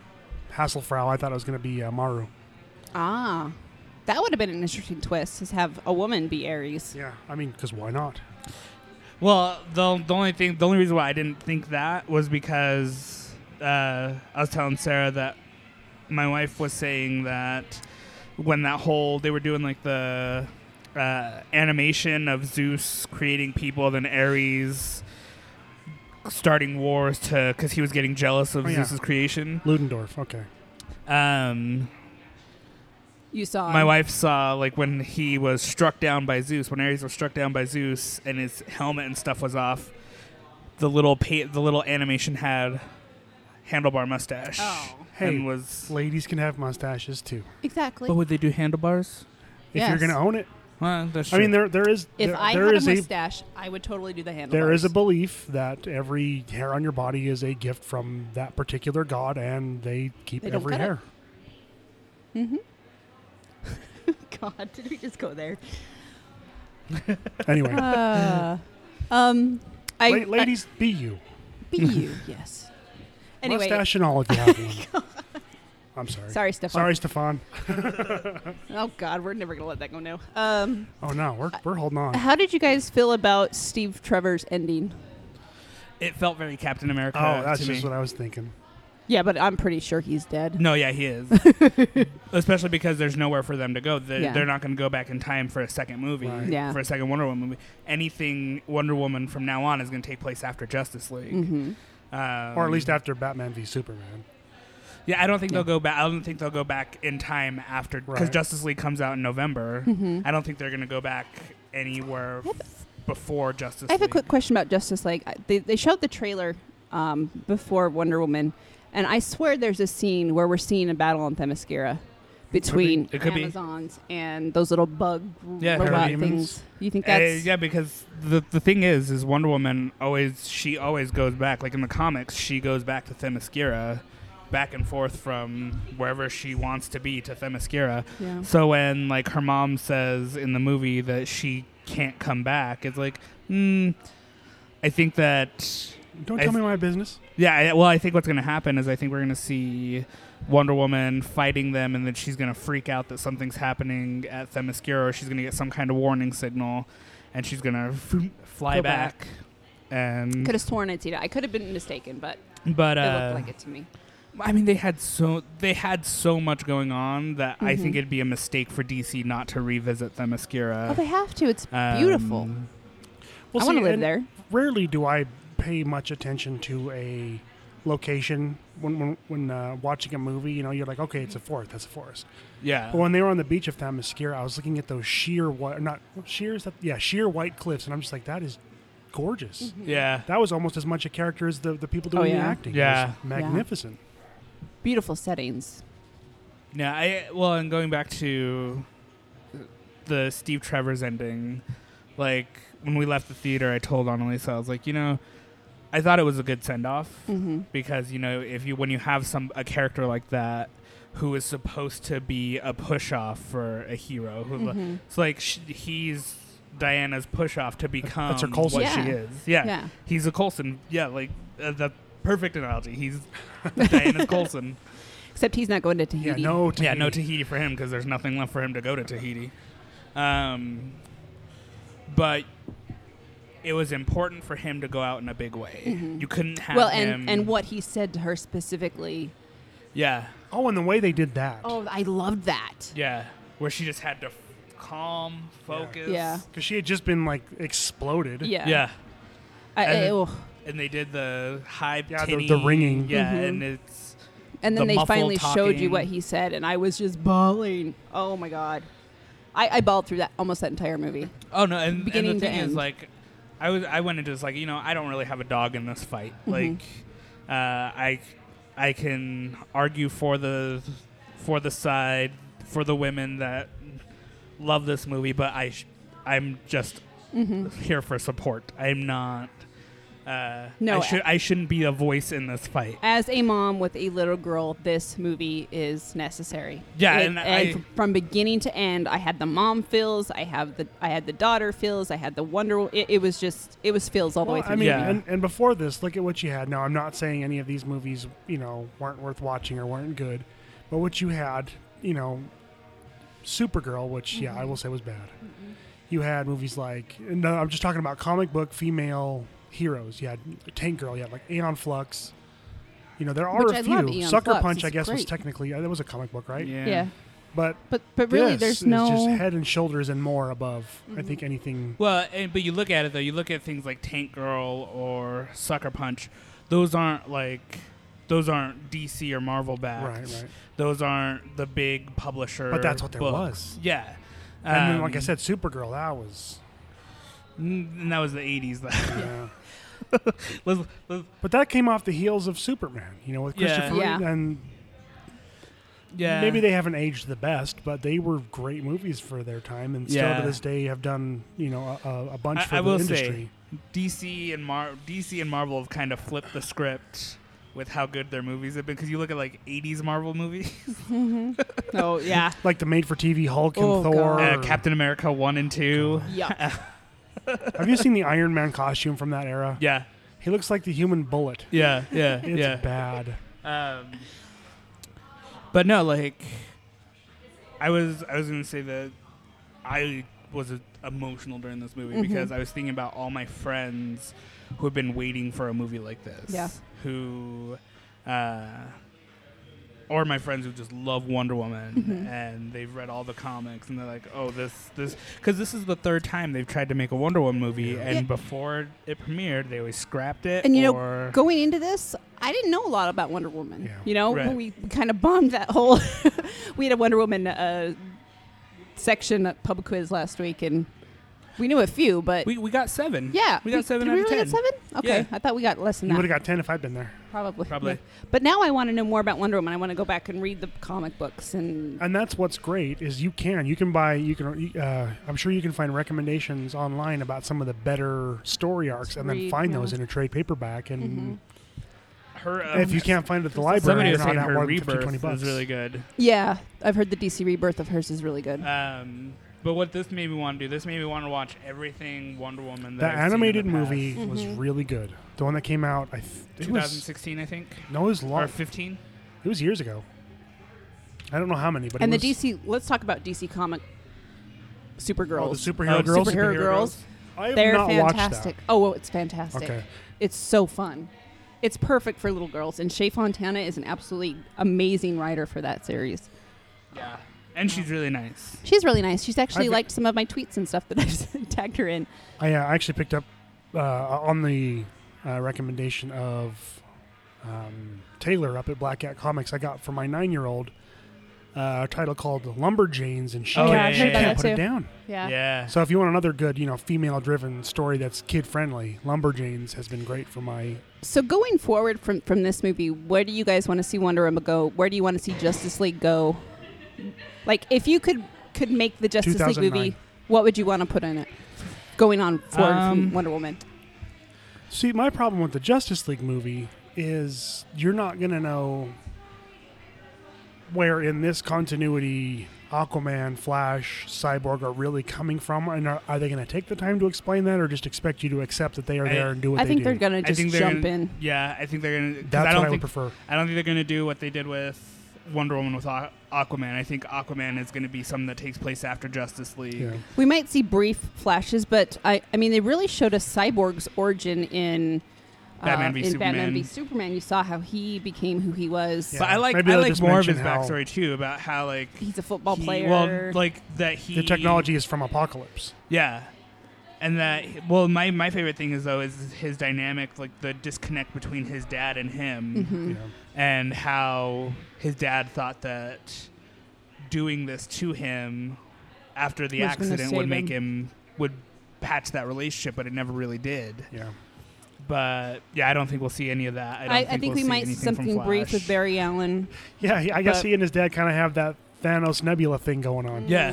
Speaker 5: Hasselfrau, I thought it was going to be uh, Maru.
Speaker 6: Ah, that would have been an interesting twist: is have a woman be Ares.
Speaker 5: Yeah, I mean, because why not?
Speaker 4: well, the the only thing the only reason why I didn't think that was because uh, I was telling Sarah that my wife was saying that when that whole they were doing like the uh, animation of Zeus creating people, then Ares starting wars to because he was getting jealous of
Speaker 5: Oh, yeah.
Speaker 4: Zeus's creation.
Speaker 5: Ludendorff. Okay.
Speaker 4: Um,
Speaker 6: You saw
Speaker 4: my
Speaker 6: him.
Speaker 4: wife saw like when he was struck down by Zeus, when Ares was struck down by Zeus, and his helmet and stuff was off. The little pa- the little animation had handlebar mustache
Speaker 6: Oh.
Speaker 5: Hey.
Speaker 4: and was.
Speaker 5: Ladies can have mustaches too
Speaker 6: exactly.
Speaker 4: But would they do handlebars?
Speaker 5: if you're
Speaker 6: Yes.
Speaker 5: going to own it.
Speaker 4: Well, that's
Speaker 5: I mean,
Speaker 4: true.
Speaker 5: there there is
Speaker 6: if
Speaker 5: there,
Speaker 6: I
Speaker 5: there
Speaker 6: had a
Speaker 5: is
Speaker 6: mustache, I would totally do the handle.
Speaker 5: there is a belief that every hair on your body is a gift from that particular god, and they keep
Speaker 6: They don't
Speaker 5: every
Speaker 6: cut it.
Speaker 5: hair.
Speaker 6: [laughs] God, did we just go there?
Speaker 5: [laughs] Anyway,
Speaker 6: Uh, um, [laughs] I
Speaker 5: la- ladies, be you.
Speaker 6: I- be
Speaker 5: [laughs]
Speaker 6: you. Yes. Anyway,
Speaker 5: Mustache and all if you have
Speaker 6: [laughs]
Speaker 5: one. I'm sorry.
Speaker 6: sorry, Stefan.
Speaker 5: Sorry, Stefan.
Speaker 6: Oh God, we're never gonna let that go now. Um,
Speaker 5: Oh no, we're, we're holding on.
Speaker 6: how did you guys feel about Steve Trevor's ending?
Speaker 4: it felt very Captain America.
Speaker 5: Oh, that's
Speaker 4: to
Speaker 5: just
Speaker 4: me.
Speaker 5: what I was thinking.
Speaker 6: Yeah, but I'm pretty sure he's dead.
Speaker 4: No, yeah, he is. [laughs] Especially because there's nowhere for them to go. They're,
Speaker 6: Yeah.
Speaker 4: they're not going to go back in time for a second movie,
Speaker 5: Right.
Speaker 6: Yeah.
Speaker 4: for a second Wonder Woman movie. Anything Wonder Woman from now on is going to take place after Justice League.
Speaker 6: hmm
Speaker 4: Um,
Speaker 5: Or at least after Batman v Superman.
Speaker 4: Yeah, I don't think
Speaker 6: Yeah.
Speaker 4: they'll go back. I don't think they'll go back in time after because
Speaker 5: Right.
Speaker 4: Justice League comes out in November.
Speaker 6: Mhm.
Speaker 4: I don't think they're going to go back anywhere
Speaker 6: Yep.
Speaker 4: f- before Justice.
Speaker 6: I have a
Speaker 4: League.
Speaker 6: quick question about Justice League. I- They, they showed the trailer um, before Wonder Woman, and I swear there's a scene where we're seeing a battle on Themyscira between
Speaker 4: It could be.
Speaker 6: Amazons and those little bug
Speaker 4: Yeah,
Speaker 6: robot
Speaker 5: parademons.
Speaker 6: things. You think
Speaker 4: Uh,
Speaker 6: that's
Speaker 4: yeah, because the the thing is, is Wonder Woman always she always goes back. Like in the comics, she goes back to Themyscira, back and forth from wherever she wants to be to Themyscira.
Speaker 6: yeah.
Speaker 4: So when like her mom says in the movie that she can't come back, it's like, mm, I think that
Speaker 5: Don't
Speaker 4: I
Speaker 5: tell
Speaker 4: th-
Speaker 5: me my business.
Speaker 4: Yeah, I, well, I think what's going to happen is I think we're going to see Wonder Woman fighting them, and then she's going to freak out that something's happening at Themyscira. She's going to get some kind of warning signal, and she's going to fly
Speaker 6: Go
Speaker 4: back.
Speaker 6: back.
Speaker 4: And
Speaker 6: Could have sworn I'd seen it. I could have been mistaken, but
Speaker 4: but
Speaker 6: it
Speaker 4: uh,
Speaker 6: looked like it to me.
Speaker 4: I mean, they had so they had so much going on that I think
Speaker 6: Mhm.
Speaker 4: it'd be a mistake for DC not to revisit Themyscira.
Speaker 6: oh, they have to. It's beautiful.
Speaker 4: Um,
Speaker 5: Well,
Speaker 6: I want to
Speaker 5: see,
Speaker 6: live
Speaker 5: and
Speaker 6: there.
Speaker 5: Rarely do I pay much attention to a location when when, when uh, watching a movie. You know, you're like, okay, it's a forest. That's a forest.
Speaker 4: yeah.
Speaker 5: But when they were on the beach of Themyscira, I was looking at those sheer white, not sheer, is that, yeah, sheer white cliffs, and I'm just like, that is gorgeous.
Speaker 6: Mm.
Speaker 4: yeah.
Speaker 5: That was almost as much a character as the, the people
Speaker 6: Oh,
Speaker 5: doing the
Speaker 6: yeah.
Speaker 5: acting. It
Speaker 4: Yeah.
Speaker 5: was magnificent.
Speaker 6: Beautiful settings.
Speaker 4: Yeah, I well, and going back to the Steve Trevor's ending, like when we left the theater, I told Annalisa, I was like, you know, I thought it was a good send off because you know if you when you have some a character like that who is supposed to be a push off for a hero who it's like sh- he's Diana's push off to become
Speaker 5: her Coulson.
Speaker 4: what
Speaker 6: Yeah.
Speaker 4: she is. Yeah.
Speaker 6: Yeah.
Speaker 4: he's a Colson. Yeah, like uh, the perfect analogy. He's [laughs] Diana's Colson.
Speaker 6: Except he's not going to
Speaker 5: Yeah,
Speaker 6: Tahiti.
Speaker 5: no Tahiti.
Speaker 4: Yeah, no Tahiti for him because there's nothing left for him to go to Tahiti. Um, but it was important for him to go out in a big way. You couldn't have
Speaker 6: Mm-hmm. Well,
Speaker 4: him.
Speaker 6: and, and what he said to her specifically.
Speaker 4: Yeah,
Speaker 5: Oh, and the way they did that.
Speaker 6: Oh, I loved that.
Speaker 4: yeah, where she just had to f- calm, focus.
Speaker 6: Yeah.
Speaker 5: Because she had just been like exploded.
Speaker 6: Yeah.
Speaker 4: yeah.
Speaker 6: I, I-
Speaker 4: And-
Speaker 6: oh.
Speaker 4: And they did the high
Speaker 5: Yeah, the-
Speaker 4: tinny-
Speaker 5: the ringing.
Speaker 4: Yeah,
Speaker 6: Mhm.
Speaker 4: and it's
Speaker 6: And then
Speaker 4: the
Speaker 6: they
Speaker 4: muffled
Speaker 6: finally showed you
Speaker 4: talking.
Speaker 6: what he said, and I was just bawling. Oh my god, I, I bawled through that almost that entire movie.
Speaker 4: Oh no, and,
Speaker 6: Beginning
Speaker 4: and
Speaker 6: to
Speaker 4: the thing is
Speaker 6: end.
Speaker 4: like I was I went into this like, you know, I don't really have a dog in this fight.
Speaker 6: Mm-hmm.
Speaker 4: Like uh, I I can argue for the for the side for the women that love this movie, but I sh- I'm just
Speaker 6: Mm-hmm.
Speaker 4: here for support. I'm not uh,
Speaker 6: No,
Speaker 4: I should I shouldn't be a voice in this fight.
Speaker 6: As a mom with a little girl, this movie is necessary.
Speaker 4: Yeah,
Speaker 6: It-
Speaker 4: and I-
Speaker 6: f- from beginning to end, I had the mom feels, I have the I had the daughter feels, I had the wonder. It, it was just it was feels all the way
Speaker 5: Well,
Speaker 6: through.
Speaker 5: I mean,
Speaker 4: Yeah.
Speaker 5: and, and before this, look at what you had. Now, I'm not saying any of these movies, you know, weren't worth watching or weren't good, but what you had, you know, Supergirl, which yeah,
Speaker 6: Mm-hmm.
Speaker 5: I will say was bad. You had movies like, no, I'm just talking about comic book female heroes. You had Tank Girl, you had like Aeon Flux. You know, there are
Speaker 6: Which
Speaker 5: a
Speaker 6: I
Speaker 5: few.
Speaker 6: love Aeon
Speaker 5: Sucker
Speaker 6: Flux,
Speaker 5: Punch, I
Speaker 6: it's
Speaker 5: guess, was
Speaker 6: great.
Speaker 5: technically uh, that was a comic book, right?
Speaker 6: yeah.
Speaker 5: But
Speaker 6: but but really,
Speaker 5: this
Speaker 6: there's
Speaker 5: is
Speaker 6: no Mm-hmm.
Speaker 5: just head and shoulders and more above. I think anything
Speaker 4: Well, and, but you look at it though. You look at things like Tank Girl or Sucker Punch. Those aren't like those aren't DC or Marvel backs.
Speaker 5: Right, right.
Speaker 4: Those aren't the big publisher.
Speaker 5: But that's what there
Speaker 4: books.
Speaker 5: was.
Speaker 4: Yeah.
Speaker 5: And then, like I
Speaker 4: Um,
Speaker 5: said, Supergirl, that was.
Speaker 4: n- and that was the '80s. That
Speaker 5: yeah.
Speaker 4: [laughs] let's, let's,
Speaker 5: But that came off the heels of Superman, you know, with
Speaker 4: Yeah.
Speaker 5: Christopher
Speaker 6: Yeah.
Speaker 5: Reeve, and
Speaker 4: yeah.
Speaker 5: maybe they haven't aged the best, but they were great movies for their time, and still
Speaker 4: Yeah.
Speaker 5: to this day have done, you know, a- a, a bunch
Speaker 4: I-
Speaker 5: for
Speaker 4: I
Speaker 5: the
Speaker 4: will say-
Speaker 5: industry.
Speaker 4: DC and Mar- DC and Marvel have kind of flipped the script with how good their movies have been. Because you look at like '80s Marvel movies,
Speaker 6: no yeah
Speaker 5: Like the made-for-TV Hulk and
Speaker 6: Oh,
Speaker 5: Thor.
Speaker 4: uh, Captain America one and two.
Speaker 6: yeah
Speaker 5: [laughs] Have you seen the Iron Man costume from that era?
Speaker 4: Yeah,
Speaker 5: He looks like the human bullet.
Speaker 4: yeah, yeah,
Speaker 5: [laughs] It's
Speaker 4: yeah.
Speaker 5: bad.
Speaker 4: Um, but no, like I was, I was gonna say that I was uh, emotional during this
Speaker 6: Mm-hmm.
Speaker 4: movie because I was thinking about all my friends who have been waiting for a movie like this.
Speaker 6: Yeah.
Speaker 4: Who, uh, or my friends who just love Wonder Woman
Speaker 6: Mm-hmm.
Speaker 4: and they've read all the comics and they're like, oh, this, this, because this is the third time they've tried to make a Wonder Woman movie and
Speaker 6: Yeah.
Speaker 4: before it premiered, they always scrapped it.
Speaker 6: and you
Speaker 4: or,
Speaker 6: know going into this i didn't know a lot about wonder woman
Speaker 5: Yeah.
Speaker 6: you know
Speaker 4: Right.
Speaker 6: we kind of bombed that whole [laughs] we had a wonder woman uh, section at pub quiz last week and we knew a few but
Speaker 4: We, we got seven.
Speaker 6: Uh, yeah
Speaker 4: we got seven
Speaker 6: did
Speaker 4: out
Speaker 6: we
Speaker 4: of
Speaker 6: really
Speaker 4: ten.
Speaker 6: get seven okay
Speaker 4: Yeah.
Speaker 6: i thought we got less than
Speaker 5: You would
Speaker 6: that
Speaker 5: have got 10 if I'd been there.
Speaker 6: probably
Speaker 4: Probably.
Speaker 6: yeah. but now i want to know more about wonder woman i want to go back and read the comic books and
Speaker 5: And that's what's great is you can you can buy you can uh, I'm sure you can find recommendations online about some of the better story arcs and then
Speaker 6: Read, Mm-hmm.
Speaker 5: find
Speaker 6: yeah.
Speaker 5: those in a trade paperback and
Speaker 4: Her, um,
Speaker 5: if you can't find it at the library,
Speaker 4: somebody
Speaker 5: you're
Speaker 4: was
Speaker 5: not
Speaker 4: saying
Speaker 5: out
Speaker 4: her
Speaker 5: more than 15,
Speaker 4: rebirth
Speaker 5: 20 bucks.
Speaker 4: is really good.
Speaker 6: yeah i've heard the dc rebirth of hers is really good
Speaker 4: Um, but what this made me want to do, this made me want to watch everything Wonder Woman.
Speaker 5: The
Speaker 4: That I've seen in the
Speaker 5: animated movie
Speaker 6: Mm-hmm.
Speaker 4: past.
Speaker 5: was really good. The one that came out, I th- it was
Speaker 4: 2016, I think,
Speaker 5: no, it was long.
Speaker 4: or 15.
Speaker 5: It was years ago. I don't know how many, but
Speaker 6: and
Speaker 5: it
Speaker 6: the
Speaker 5: was,
Speaker 6: dc let's talk about dc comic supergirl
Speaker 5: oh, the superhero
Speaker 4: Oh,
Speaker 5: girls.
Speaker 6: superhero girls
Speaker 5: I have
Speaker 6: They're
Speaker 5: not
Speaker 6: fantastic.
Speaker 5: watched
Speaker 6: Oh, well, it's fantastic.
Speaker 5: Okay.
Speaker 6: It's so fun. It's perfect for little girls. And Shea Fontana is an absolutely amazing writer for that series.
Speaker 4: Yeah, and she's really nice.
Speaker 6: She's really nice. She's actually
Speaker 5: I've-
Speaker 6: liked some of my tweets and stuff that I've [laughs] tagged her in.
Speaker 5: that. I uh, actually picked up uh, on the uh, recommendation of um, Taylor up at Black Cat Comics. I got for my nine-year-old uh, a title called "Lumberjanes," and she
Speaker 4: Oh,
Speaker 5: can't,
Speaker 4: yeah, yeah,
Speaker 5: she
Speaker 4: yeah,
Speaker 5: can't
Speaker 4: yeah.
Speaker 5: put it down.
Speaker 6: Yeah.
Speaker 4: Yeah,
Speaker 5: So if you want another good, you know, female-driven story that's kid-friendly, "Lumberjanes" has been great for my
Speaker 6: So going forward from, from this movie, where do you guys want to see Wonder Woman go? Where do you want to see Justice League go? Like, if you could could make the Justice League
Speaker 5: 2009.
Speaker 6: movie, what would you want to put in it? Going on forward
Speaker 4: Um,
Speaker 6: from Wonder Woman.
Speaker 5: See, my problem with the Justice League movie is you're not going to know where in this continuity Aquaman, Flash, Cyborg are really coming from. And are, are they going to take the time to explain that or just expect you to accept that they are
Speaker 4: I-
Speaker 5: there and do what
Speaker 6: I
Speaker 5: they
Speaker 6: think
Speaker 5: do?
Speaker 6: they're gonna
Speaker 4: I
Speaker 6: just
Speaker 4: think they're
Speaker 6: jump
Speaker 4: gonna,
Speaker 6: in.
Speaker 4: Yeah, I think they're gonna. 'cause
Speaker 5: That's
Speaker 4: I don't
Speaker 5: what I
Speaker 4: think,
Speaker 5: would prefer.
Speaker 4: I don't think they're gonna do what they did with Wonder Woman with Aqu- Aquaman. I think Aquaman is gonna be something that takes place after Justice League.
Speaker 5: Yeah.
Speaker 6: We might see brief flashes, but I, I mean, they really showed us Cyborg's origin in um,
Speaker 4: Batman v
Speaker 6: in Batman v
Speaker 4: Superman.
Speaker 6: Superman. You saw how he became who he was.
Speaker 5: Yeah.
Speaker 4: But I like
Speaker 5: Maybe
Speaker 4: I
Speaker 5: they'll
Speaker 4: like
Speaker 5: just
Speaker 4: more of
Speaker 5: mention
Speaker 4: his
Speaker 5: how-
Speaker 4: backstory too about how like
Speaker 6: He's a football
Speaker 4: he-
Speaker 6: player.
Speaker 4: Well, like that he
Speaker 5: The technology is from Apocalypse.
Speaker 4: Yeah. And that well, my my favorite thing is though is his dynamic, like the disconnect between his dad and him,
Speaker 6: Mm-hmm.
Speaker 5: Yeah.
Speaker 4: and how his dad thought that doing this to him after the
Speaker 6: Was gonna
Speaker 4: accident would
Speaker 6: save
Speaker 4: make him would patch that relationship, but it never really did.
Speaker 5: Yeah.
Speaker 4: But yeah, I don't think we'll see any of that. I, don't
Speaker 6: I, I think,
Speaker 4: we'll
Speaker 6: we
Speaker 4: see
Speaker 6: might see
Speaker 4: anything from
Speaker 6: something brief
Speaker 4: Flash.
Speaker 6: with Barry Allen.
Speaker 5: Yeah, he- I guess
Speaker 6: But-
Speaker 5: he and his dad kind of have that Thanos Nebula thing going on.
Speaker 4: Yeah.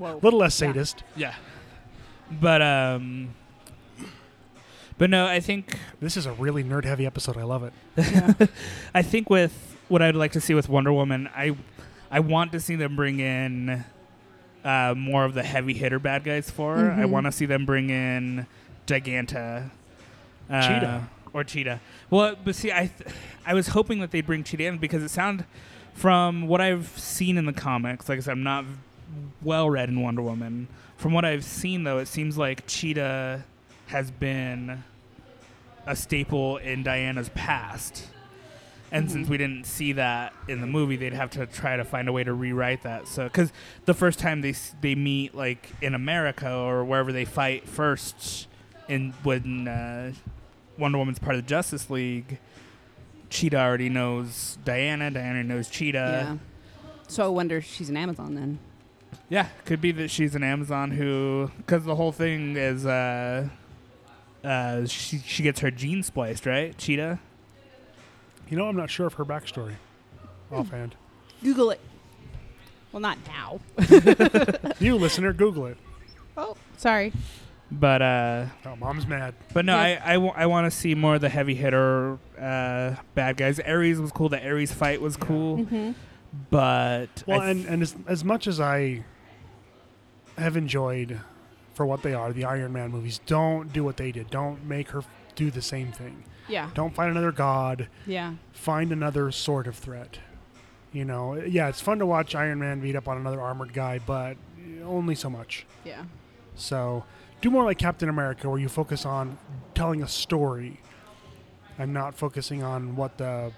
Speaker 4: [laughs]
Speaker 6: Whoa.
Speaker 5: A little less
Speaker 6: Yeah.
Speaker 5: sadist.
Speaker 4: Yeah. But um But no, I think
Speaker 5: This is a really nerd heavy episode. I love it.
Speaker 4: I think with what I'd like to see with Wonder Woman, I I want to see them bring in uh, more of the heavy hitter bad guys for her. I
Speaker 6: Mhm.
Speaker 4: want to see them bring in Giganta, uh,
Speaker 5: Cheetah.
Speaker 4: or Cheetah. Well, but see, I th- I was hoping that they'd bring Cheetah in because it sound from what I've seen in the comics. Like I said, I'm not well read in Wonder Woman. From what I've seen, though, it seems like Cheetah has been a staple in Diana's past. And since we didn't see that in the movie, they'd have to try to find a way to rewrite that. So, because the first time they s- they meet like in America or wherever they fight first, in when uh, Wonder Woman's part of the Justice League, Cheetah already knows Diana. Diana knows
Speaker 6: yeah.
Speaker 4: Cheetah.
Speaker 6: So I wonder if she's an Amazon then.
Speaker 4: Yeah, could be that she's an Amazon who, because the whole thing is, uh, uh, she she gets her gene spliced, right? Cheetah.
Speaker 5: You know, I'm not sure of her backstory
Speaker 4: Hmm.
Speaker 5: offhand.
Speaker 6: Google it. Well, not now.
Speaker 5: you listener, Google it.
Speaker 6: Oh, sorry.
Speaker 4: But uh,
Speaker 5: Oh, mom's mad.
Speaker 4: But no,
Speaker 6: Yeah.
Speaker 4: I I, w- I want to see more of the heavy hitter uh, bad guys. Ares was cool. The Ares fight was cool,
Speaker 6: Mm-hmm.
Speaker 4: but
Speaker 5: Well,
Speaker 4: I th-
Speaker 5: and, and as, as much as I have enjoyed for what they are, the Iron Man movies, don't do what they did. Don't make her do the same thing.
Speaker 6: Yeah.
Speaker 5: Don't find another god.
Speaker 6: Yeah.
Speaker 5: Find another sort of threat. You know, yeah, it's fun to watch Iron Man beat up on another armored guy, but only so much.
Speaker 6: Yeah.
Speaker 5: So do more like Captain America, where you focus on telling a story and not focusing on what the.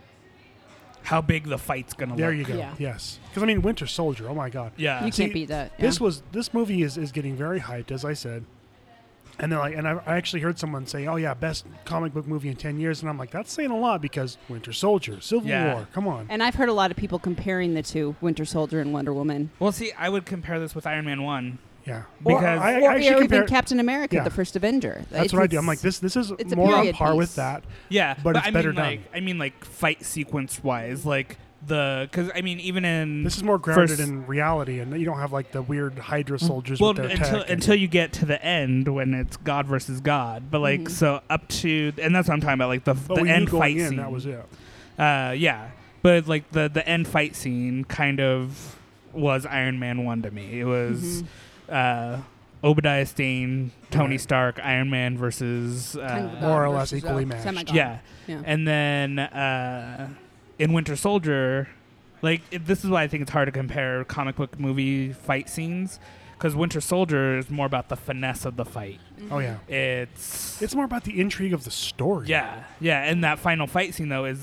Speaker 4: how big the fight's gonna
Speaker 5: There
Speaker 4: look.
Speaker 5: you go.
Speaker 6: Yeah.
Speaker 5: Yes, because I mean, Winter Soldier. Oh my God.
Speaker 4: yeah,
Speaker 6: You
Speaker 5: See,
Speaker 6: can't beat that.
Speaker 5: This was this movie is, is getting very hyped, as I said. And they're like, and I, I actually heard someone say, "Oh yeah, best comic book movie in ten years," and I'm like, that's saying a lot because Winter Soldier, Civil
Speaker 4: Yeah.
Speaker 5: War, come on.
Speaker 6: And I've heard a lot of people comparing the two, Winter Soldier and Wonder Woman.
Speaker 4: Well, see, I would compare this with Iron Man one.
Speaker 5: Yeah,
Speaker 4: Or-
Speaker 5: because I, I
Speaker 6: or
Speaker 5: actually
Speaker 6: even
Speaker 5: compare.
Speaker 6: Captain America,
Speaker 5: Yeah.
Speaker 6: the first Avenger.
Speaker 5: that's
Speaker 6: It's-
Speaker 5: what I do. I'm like,
Speaker 6: it's-
Speaker 5: this this is
Speaker 6: it's a
Speaker 5: more on
Speaker 6: period
Speaker 5: par with
Speaker 6: piece.
Speaker 5: that.
Speaker 4: Yeah,
Speaker 5: But it's
Speaker 4: I
Speaker 5: better
Speaker 4: mean,
Speaker 5: done.
Speaker 4: like I mean, like fight sequence wise, like the because I mean, even in
Speaker 5: This is more grounded
Speaker 4: First- Mm-hmm.
Speaker 5: in reality, and you don't have like the weird Hydra soldiers
Speaker 4: well
Speaker 5: with their
Speaker 4: until
Speaker 5: tech. and-
Speaker 4: until you get to the end when it's God versus God, but like
Speaker 6: Mhm.
Speaker 4: so up to and that's what I'm talking about, like the
Speaker 5: but
Speaker 4: the
Speaker 5: we
Speaker 4: end
Speaker 5: knew going
Speaker 4: fight
Speaker 5: in,
Speaker 4: scene.
Speaker 5: That was it.
Speaker 4: Uh, yeah, but like the the end fight scene kind of was Iron Man one to me. It
Speaker 6: Mm-hmm.
Speaker 4: was uh, Obadiah Stane, Tony
Speaker 5: Right.
Speaker 4: Stark, Iron Man versus
Speaker 6: Kind of
Speaker 4: uh,
Speaker 6: the
Speaker 5: More or
Speaker 6: God
Speaker 5: less
Speaker 6: versus
Speaker 5: equally
Speaker 6: the
Speaker 5: matched.
Speaker 6: semi-God.
Speaker 4: yeah,
Speaker 6: Yeah.
Speaker 4: and then uh, in Winter Soldier, like it, this is why I think it's hard to compare comic book movie fight scenes because Winter Soldier is more about the finesse of the fight.
Speaker 5: Oh yeah,
Speaker 4: It's
Speaker 5: it's more about the intrigue of the story.
Speaker 4: yeah, yeah, and that final fight scene though is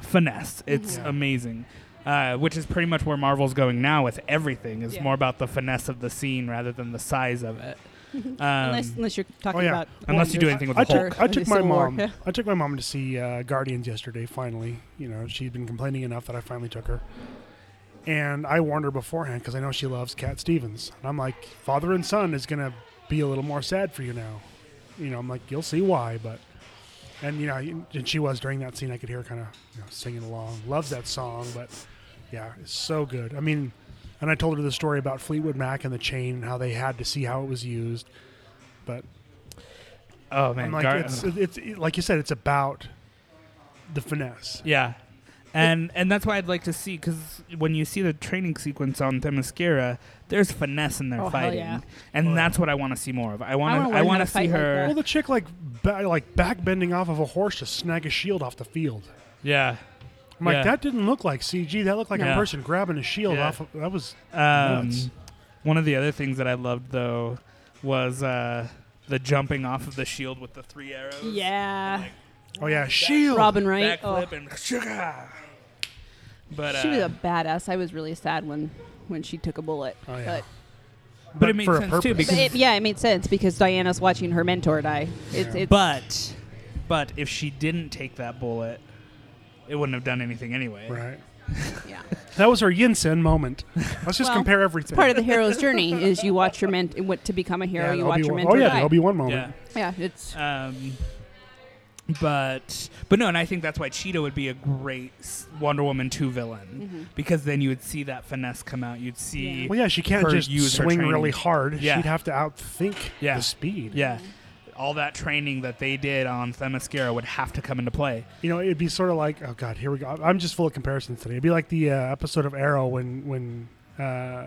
Speaker 4: finesse.
Speaker 6: Mm-hmm.
Speaker 4: It's
Speaker 5: Mhm. Yeah.
Speaker 4: amazing, uh, which is pretty much where Marvel's going now with everything. Is
Speaker 6: Yeah.
Speaker 4: more about the finesse of the scene rather than the size of
Speaker 6: [laughs]
Speaker 4: it. Um,
Speaker 6: unless, unless you're talking
Speaker 5: Oh, yeah.
Speaker 6: about
Speaker 4: Unless you do anything with
Speaker 5: I
Speaker 4: the Hulk.
Speaker 5: took, I took my
Speaker 6: Civil War.
Speaker 5: mom.
Speaker 6: [laughs]
Speaker 5: I took my mom to see uh, Guardians yesterday. Finally, you know she'd been complaining enough that I finally took her. And I warned her beforehand because I know she loves Cat Stevens. And I'm like, father and son is gonna be a little more sad for you now. You know, I'm like, you'll see why. But and you know, and she was during that scene. I could hear kind of you know, singing along. Loves that song, but yeah, it's so good. I mean, and I told her the story about Fleetwood Mac and the chain and how they had to see how it was used. But
Speaker 4: Oh man,
Speaker 5: I'm like
Speaker 4: Gar-
Speaker 5: it's, it's like you said, it's about the finesse.
Speaker 4: yeah, and and that's why I'd like to see because when you see the training sequence on Themyscira, there's finesse in their
Speaker 7: Oh, hell
Speaker 4: fighting,
Speaker 7: yeah.
Speaker 4: and
Speaker 5: Oh, yeah.
Speaker 4: that's what I want to see more of. I
Speaker 7: wanna learn
Speaker 4: want to I
Speaker 7: how
Speaker 4: want
Speaker 7: to
Speaker 4: to see
Speaker 7: fight like
Speaker 4: her.
Speaker 5: Well, the chick like ba- like back bending off of a horse to snag a shield off the field.
Speaker 4: yeah,
Speaker 5: I'm like
Speaker 4: Yeah.
Speaker 5: that didn't look like CG. That looked like
Speaker 4: Yeah.
Speaker 5: a person grabbing a shield
Speaker 4: Yeah.
Speaker 5: off. of That was
Speaker 4: Um,
Speaker 5: Nuts.
Speaker 4: one of the other things that I loved though was uh, the jumping off of the shield with the three arrows.
Speaker 5: [laughs]
Speaker 7: Yeah.
Speaker 5: oh yeah, shield.
Speaker 6: Robin Wright.
Speaker 4: backflip
Speaker 7: Oh.
Speaker 4: and sugar. But uh,
Speaker 6: Oh, She was a badass. I was really sad when when she took a bullet.
Speaker 5: Oh, yeah.
Speaker 4: but, it made
Speaker 5: for a
Speaker 4: sense too
Speaker 5: purpose.
Speaker 6: But
Speaker 4: because.
Speaker 6: it, yeah, it made sense because Diana's watching her mentor die. It's, it's
Speaker 4: but but if she didn't take that bullet, it wouldn't have done anything anyway.
Speaker 5: Right.
Speaker 6: [laughs] Yeah.
Speaker 5: That was her Yinsen moment. Let's just
Speaker 6: Well,
Speaker 5: compare everything.
Speaker 6: part of the hero's journey is you watch your mentor what to become a hero.
Speaker 5: Yeah,
Speaker 6: you
Speaker 5: the
Speaker 6: watch your
Speaker 5: Obi-Wan-
Speaker 6: mentor
Speaker 5: Oh yeah,
Speaker 6: die.
Speaker 5: the Obi Wan moment.
Speaker 4: Yeah.
Speaker 5: [laughs]
Speaker 6: yeah, it's
Speaker 4: Um, but but no, and I think that's why Cheetah would be a great s- Wonder Woman two villain because then you would see that finesse come out. You'd see
Speaker 5: Well, yeah, she can't
Speaker 4: Her
Speaker 5: just
Speaker 4: use her
Speaker 5: swing
Speaker 4: training.
Speaker 5: really hard.
Speaker 4: Yeah.
Speaker 5: She'd have to outthink
Speaker 4: Yeah.
Speaker 5: the speed.
Speaker 4: Yeah. All that training that they did on Themyscira would have to come into play.
Speaker 5: You know, it'd be sort of like, oh god, here we go. I'm just full of comparisons today. It'd be like the uh, episode of Arrow when when uh,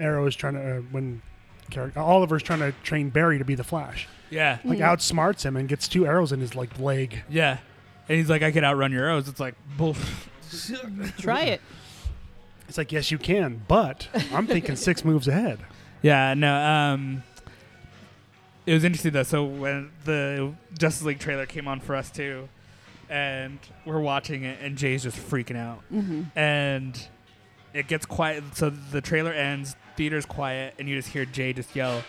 Speaker 5: Arrow is trying to uh, when character Oliver's trying to train Barry to be the Flash.
Speaker 4: Yeah.
Speaker 5: Like
Speaker 6: Hmm.
Speaker 5: outsmarts him and gets two arrows in his like leg.
Speaker 4: Yeah. And he's like, I could outrun your arrows. It's like, bull.
Speaker 5: [laughs]
Speaker 6: try it. [laughs]
Speaker 5: It's like, yes, you can, but I'm thinking
Speaker 6: [laughs]
Speaker 5: six moves ahead.
Speaker 4: Yeah, no. Um, it was interesting though. So when the Justice League trailer came on for us too, and we're watching it, and Jay's just freaking out, and it gets quiet. So the trailer ends, theater's quiet, and you just hear Jay just yell,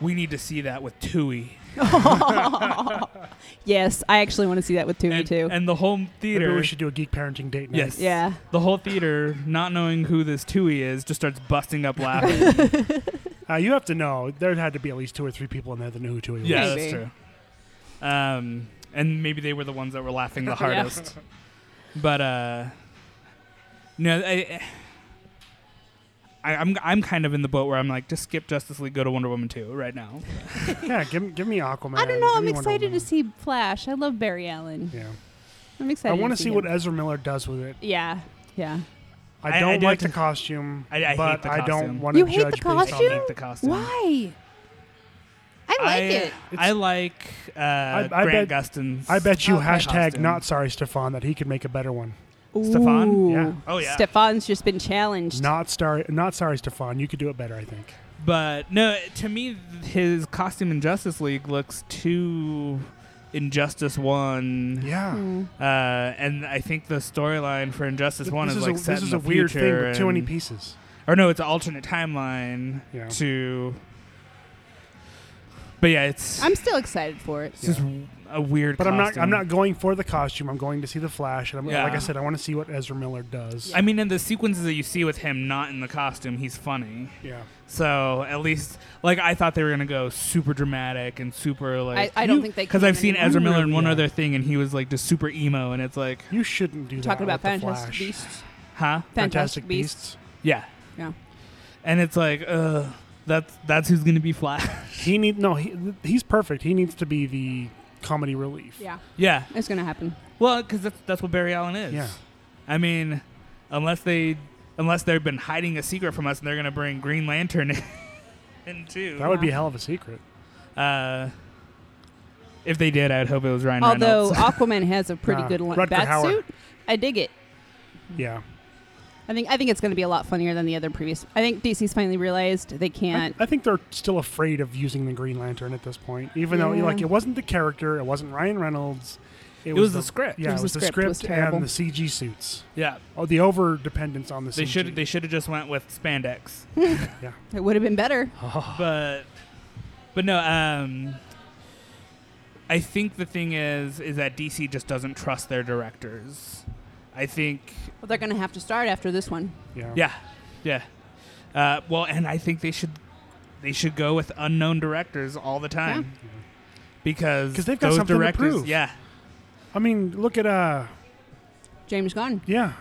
Speaker 4: "We need to see that with Tui."
Speaker 6: Yes, I actually want to see that with Tumi
Speaker 4: And,
Speaker 6: too.
Speaker 4: and the whole theater.
Speaker 5: Maybe we should do a geek parenting date night.
Speaker 4: Yes.
Speaker 6: yeah,
Speaker 4: The whole theater, not knowing who this Tui is, just starts busting up laughing.
Speaker 5: Uh, you have to know there had to be at least two or three people in there that knew who Tui was.
Speaker 4: yeah, that's
Speaker 6: Maybe.
Speaker 4: true. Um, and maybe they were the ones that were laughing
Speaker 6: [laughs]
Speaker 4: the hardest. But uh, no, I, I, I'm I'm kind of in the boat where I'm like, just skip Justice League, go to Wonder Woman two right now.
Speaker 5: Yeah, give, me- give me Aquaman.
Speaker 6: I don't know.
Speaker 5: give
Speaker 6: I'm
Speaker 5: me Wonder
Speaker 6: excited to
Speaker 5: Woman.
Speaker 6: see Flash. I love Barry Allen.
Speaker 5: Yeah.
Speaker 6: I'm
Speaker 5: I
Speaker 6: excited.
Speaker 5: want
Speaker 6: to
Speaker 5: to see
Speaker 6: him.
Speaker 5: what Ezra Miller does with it.
Speaker 6: Yeah, yeah.
Speaker 4: I- I
Speaker 5: I don't
Speaker 4: do
Speaker 5: like
Speaker 4: have
Speaker 5: the
Speaker 4: to-
Speaker 5: costume,
Speaker 4: I- I hate
Speaker 5: but
Speaker 4: the
Speaker 5: I
Speaker 4: costume.
Speaker 5: don't want to
Speaker 6: You hate
Speaker 5: judge
Speaker 6: the
Speaker 5: based on
Speaker 6: costume?
Speaker 5: that.
Speaker 4: the costume.
Speaker 6: Why? I like
Speaker 4: I,
Speaker 6: it.
Speaker 4: I like uh,
Speaker 5: I
Speaker 4: Grant
Speaker 5: bet-
Speaker 4: Gustin's.
Speaker 5: I bet
Speaker 6: Oh,
Speaker 5: you
Speaker 4: Okay.
Speaker 5: hashtag
Speaker 4: costume.
Speaker 5: not sorry Stefan that he could make a better one.
Speaker 4: Stefan?
Speaker 6: Ooh.
Speaker 5: Yeah.
Speaker 4: Oh, yeah.
Speaker 6: Stefan's just been challenged.
Speaker 5: Not sorry, not sorry Stefan, you could do it better. I think.
Speaker 4: But no, to me, his costume in Justice League looks too Injustice One,
Speaker 5: Yeah.
Speaker 6: Hmm.
Speaker 4: uh, and I think the storyline for Injustice
Speaker 5: Th-
Speaker 4: One
Speaker 5: this
Speaker 4: is
Speaker 5: is,
Speaker 4: like
Speaker 5: a,
Speaker 4: set
Speaker 5: this
Speaker 4: in
Speaker 5: is
Speaker 4: the
Speaker 5: a weird thing
Speaker 4: future
Speaker 5: with too many
Speaker 4: and-
Speaker 5: pieces.
Speaker 4: or no, it's an alternate timeline
Speaker 5: Yeah.
Speaker 4: to. But yeah, it's
Speaker 6: I'm still excited for it.
Speaker 4: it's just a weird.
Speaker 5: But I'm not.
Speaker 4: costume.
Speaker 5: I'm not going for the costume. I'm going to see the Flash, and I'm,
Speaker 4: Yeah.
Speaker 5: like I said, I want to see what Ezra Miller does.
Speaker 4: I mean, in the sequences that you see with him not in the costume, he's funny.
Speaker 5: yeah.
Speaker 4: So at least, like, I thought they were gonna go super dramatic and super like.
Speaker 6: I- I don't think they
Speaker 4: because I've
Speaker 6: can
Speaker 4: seen
Speaker 6: anymore.
Speaker 4: Ezra Miller in one
Speaker 5: Yeah.
Speaker 4: other thing, and he was like just super emo, and it's like,
Speaker 5: You shouldn't do that.
Speaker 6: Talking
Speaker 5: with
Speaker 6: about
Speaker 5: the
Speaker 6: Fantastic
Speaker 5: Flash.
Speaker 6: Beasts.
Speaker 4: huh?
Speaker 5: Fantastic Beasts.
Speaker 4: Yeah,
Speaker 6: Yeah.
Speaker 4: and it's like, uh, that's that's who's gonna be Flash.
Speaker 5: He need no. He, he's perfect. He needs to be the comedy relief.
Speaker 6: Yeah,
Speaker 4: yeah,
Speaker 6: it's gonna happen.
Speaker 4: well, because that's that's what Barry Allen is.
Speaker 5: Yeah.
Speaker 4: I mean, unless they unless they've been hiding a secret from us, and they're gonna bring Green Lantern [laughs] in, in too.
Speaker 5: That would be a hell of a secret.
Speaker 4: uh, if they did, I'd hope it was Ryan
Speaker 6: Although
Speaker 4: Reynolds.
Speaker 6: Aquaman has
Speaker 5: [laughs]
Speaker 6: a pretty
Speaker 5: Nah,
Speaker 6: good one.
Speaker 5: Rutger
Speaker 6: bat
Speaker 5: Hauer.
Speaker 6: suit. I dig it. Mm-hmm.
Speaker 5: Yeah.
Speaker 6: I think I think it's gonna be a lot funnier than the other previous. I think DC's finally realized they
Speaker 5: I,
Speaker 6: can't.
Speaker 5: I think they're still afraid of using the Green Lantern at this point, even though
Speaker 6: Yeah.
Speaker 5: like it wasn't the character, it wasn't Ryan Reynolds, [laughs] it,
Speaker 4: was the script.
Speaker 5: Yeah, it was, the script,
Speaker 6: was terrible.
Speaker 5: and the CG suits.
Speaker 4: yeah.
Speaker 5: Oh, the over dependence on the
Speaker 4: They
Speaker 5: CG.
Speaker 4: should they should have just went with spandex.
Speaker 6: it would have been better.
Speaker 5: Oh.
Speaker 4: but but no, um I think the thing is is that DC just doesn't trust their directors. I think
Speaker 6: Well, they're gonna have to start after this one.
Speaker 5: yeah.
Speaker 4: yeah. Yeah. Uh, well, and I think they should they should go with unknown directors all the time. Because
Speaker 5: 'Cause they've got
Speaker 4: those
Speaker 5: something to
Speaker 4: directors,
Speaker 5: prove.
Speaker 4: Yeah.
Speaker 5: I mean, look at uh,
Speaker 6: James Gunn.
Speaker 5: yeah.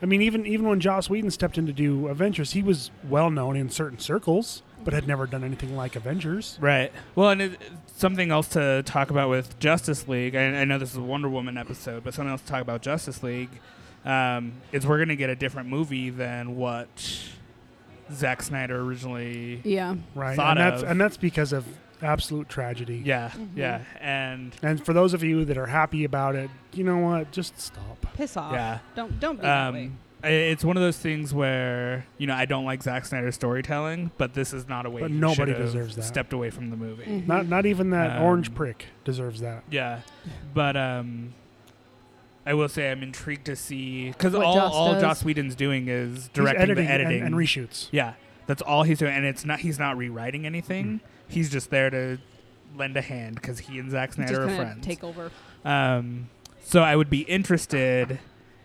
Speaker 5: I mean, even even when Joss Whedon stepped in to do Avengers, he was well known in certain circles. but had never done anything like Avengers.
Speaker 4: Right. Well, and it, something else to talk about with Justice League. I, I know this is a Wonder Woman episode, but something else to talk about Justice League um, is we're going to get a different movie than what Zack Snyder originally.
Speaker 6: Yeah.
Speaker 5: Right.
Speaker 4: Thought
Speaker 5: and that's
Speaker 4: of.
Speaker 5: and that's because of absolute tragedy.
Speaker 4: Yeah. Yeah. And
Speaker 5: And for those of you that are happy about it, you know what? Just stop.
Speaker 6: Piss off.
Speaker 4: yeah.
Speaker 6: Don't don't be that way.
Speaker 4: Um, i- it's one of those things where you know I don't like Zack Snyder's storytelling, but this is not a way.
Speaker 5: But
Speaker 4: he
Speaker 5: nobody
Speaker 4: should've
Speaker 5: deserves that.
Speaker 4: Stepped away from the movie.
Speaker 6: Mm. Mm-hmm.
Speaker 5: Not not even that
Speaker 4: Um,
Speaker 5: orange prick deserves that.
Speaker 4: Yeah, but um, I will say I'm intrigued to see because
Speaker 6: What
Speaker 4: all
Speaker 6: Joss
Speaker 4: all
Speaker 6: does.
Speaker 4: Joss Whedon's doing is
Speaker 5: He's
Speaker 4: directing
Speaker 5: editing
Speaker 4: the editing
Speaker 5: and, and reshoots.
Speaker 4: yeah, that's all he's doing, and it's not he's not rewriting
Speaker 5: Mm.
Speaker 4: anything. He's just there to lend a hand because he and Zack Snyder are
Speaker 6: Just kind
Speaker 4: friends.
Speaker 6: of take
Speaker 5: Uh,
Speaker 6: over.
Speaker 4: um, so I would be interested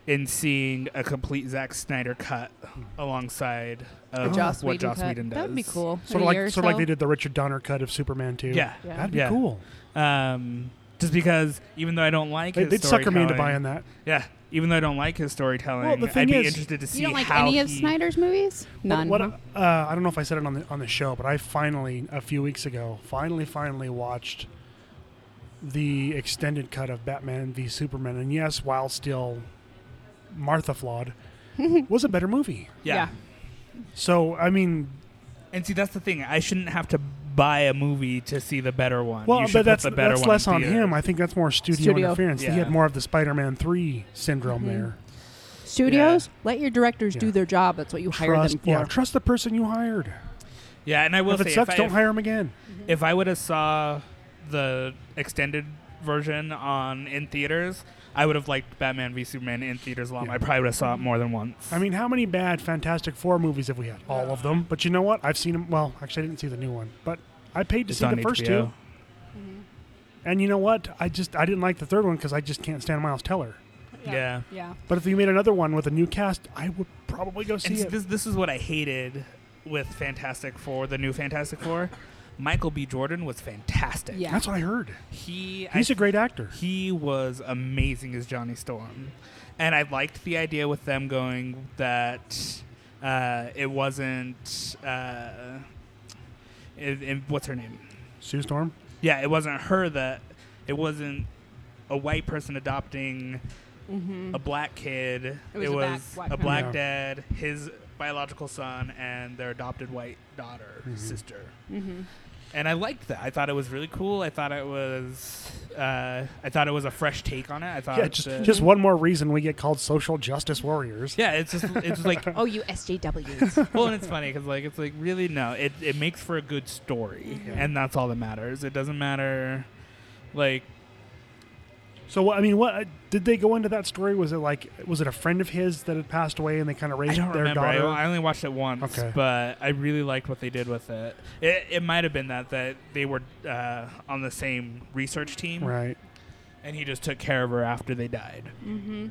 Speaker 4: in seeing a complete Zack Snyder cut alongside of
Speaker 6: Joss
Speaker 4: what
Speaker 6: Whedon
Speaker 4: Joss
Speaker 6: cut.
Speaker 4: Whedon does.
Speaker 3: That would be cool.
Speaker 5: Sort
Speaker 6: a
Speaker 5: of like
Speaker 6: year or
Speaker 5: sort of like
Speaker 6: so.
Speaker 5: they did the Richard Donner cut of Superman too.
Speaker 4: Yeah.
Speaker 3: Yeah.
Speaker 5: That'd be
Speaker 4: Yeah.
Speaker 5: cool.
Speaker 4: Um, just because even though I don't like
Speaker 5: They,
Speaker 4: his
Speaker 5: they'd sucker me into
Speaker 4: storytelling-
Speaker 5: buying that.
Speaker 4: Yeah, even though I don't like his storytelling,
Speaker 5: Well, the
Speaker 4: I'd
Speaker 5: thing
Speaker 4: be
Speaker 5: is-
Speaker 4: interested to see
Speaker 6: You don't like
Speaker 4: how
Speaker 6: any of
Speaker 4: he-
Speaker 6: Snyder's movies? None.
Speaker 5: What,
Speaker 6: huh?
Speaker 5: uh, I don't know if I said it on the on the show, but I finally a few weeks ago finally finally watched the extended cut of Batman v Superman, and yes, while still Martha
Speaker 6: [laughs]
Speaker 5: flawed, was a better movie.
Speaker 4: Yeah.
Speaker 5: So I mean,
Speaker 4: and see that's the thing. I shouldn't have to buy a movie to see the better one. You
Speaker 5: well,
Speaker 4: should
Speaker 5: but
Speaker 4: put
Speaker 5: that's
Speaker 4: the better
Speaker 5: that's
Speaker 4: one
Speaker 5: less
Speaker 4: in
Speaker 5: on
Speaker 4: theater.
Speaker 5: him. I think that's more studio,
Speaker 6: Studio. Mm-hmm.
Speaker 5: interference. He
Speaker 4: Yeah.
Speaker 5: had more of the Spider-Man Three syndrome there.
Speaker 6: Studios, let your directors
Speaker 5: Yeah.
Speaker 6: do their job. That's what you hire
Speaker 5: trust,
Speaker 6: them for.
Speaker 5: yeah, trust the person you hired.
Speaker 4: Yeah, and I will
Speaker 5: if
Speaker 4: say
Speaker 5: it sucks,
Speaker 4: if,
Speaker 5: don't
Speaker 4: I,
Speaker 5: hire him again.
Speaker 4: if, if I would have saw the extended version on in theaters, I would have liked Batman v Superman in theaters a lot.
Speaker 5: Yeah.
Speaker 4: I probably would have saw it more than once.
Speaker 5: I mean, how many bad Fantastic Four movies have we had? All of them. But you know what? I've seen them. Well, actually, I didn't see the new one, but I paid to
Speaker 4: It's
Speaker 5: see
Speaker 4: on
Speaker 5: the first
Speaker 4: HBO.
Speaker 5: two. Mm-hmm. And you know what? I just I didn't like the third one because I just can't stand Miles Teller.
Speaker 4: yeah.
Speaker 6: Yeah.
Speaker 5: But if you made another one with a new cast, I would probably go see
Speaker 4: And
Speaker 5: it.
Speaker 4: this this is what I hated with Fantastic Four, the new Fantastic Four. Michael B. Jordan was fantastic.
Speaker 6: Yeah.
Speaker 5: That's what I heard.
Speaker 4: He I
Speaker 5: He's a great actor.
Speaker 4: He was amazing as Johnny Storm. And I liked the idea with them going that uh, it wasn't. Uh, it, it- what's her name?
Speaker 5: Sue Storm.
Speaker 4: Yeah, it wasn't her that. It wasn't a white person adopting a black kid.
Speaker 6: Mm-hmm. It was a black- black
Speaker 4: a
Speaker 6: family.
Speaker 4: black
Speaker 5: Yeah.
Speaker 4: dad, his biological son, and their adopted white daughter, sister
Speaker 6: Mm-hmm.
Speaker 4: and I liked that. I thought it was really cool. I thought it was, uh, I thought it was a fresh take on it. I thought,
Speaker 5: Yeah, just
Speaker 4: that-
Speaker 5: just one more reason we get called social justice warriors.
Speaker 4: yeah, it's just, it's just
Speaker 5: [laughs]
Speaker 4: like,
Speaker 6: Oh, you SJWs.
Speaker 4: well, and it's funny because like, it's like really no, it it makes for a good story,
Speaker 6: Mm-hmm.
Speaker 4: and that's all that matters. It doesn't matter, like,
Speaker 5: So what- I mean, what did they go into that story? Was it like was it a friend of his that had passed away and they kind of
Speaker 4: I
Speaker 5: raised
Speaker 4: don't
Speaker 5: their
Speaker 4: remember. I,
Speaker 5: daughter?
Speaker 4: I only watched it once,
Speaker 5: Okay.
Speaker 4: but I really liked what they did with it. It, it might have been that that they were uh, on the same research team,
Speaker 5: right.
Speaker 4: and he just took care of her after they died.
Speaker 6: mm-hmm.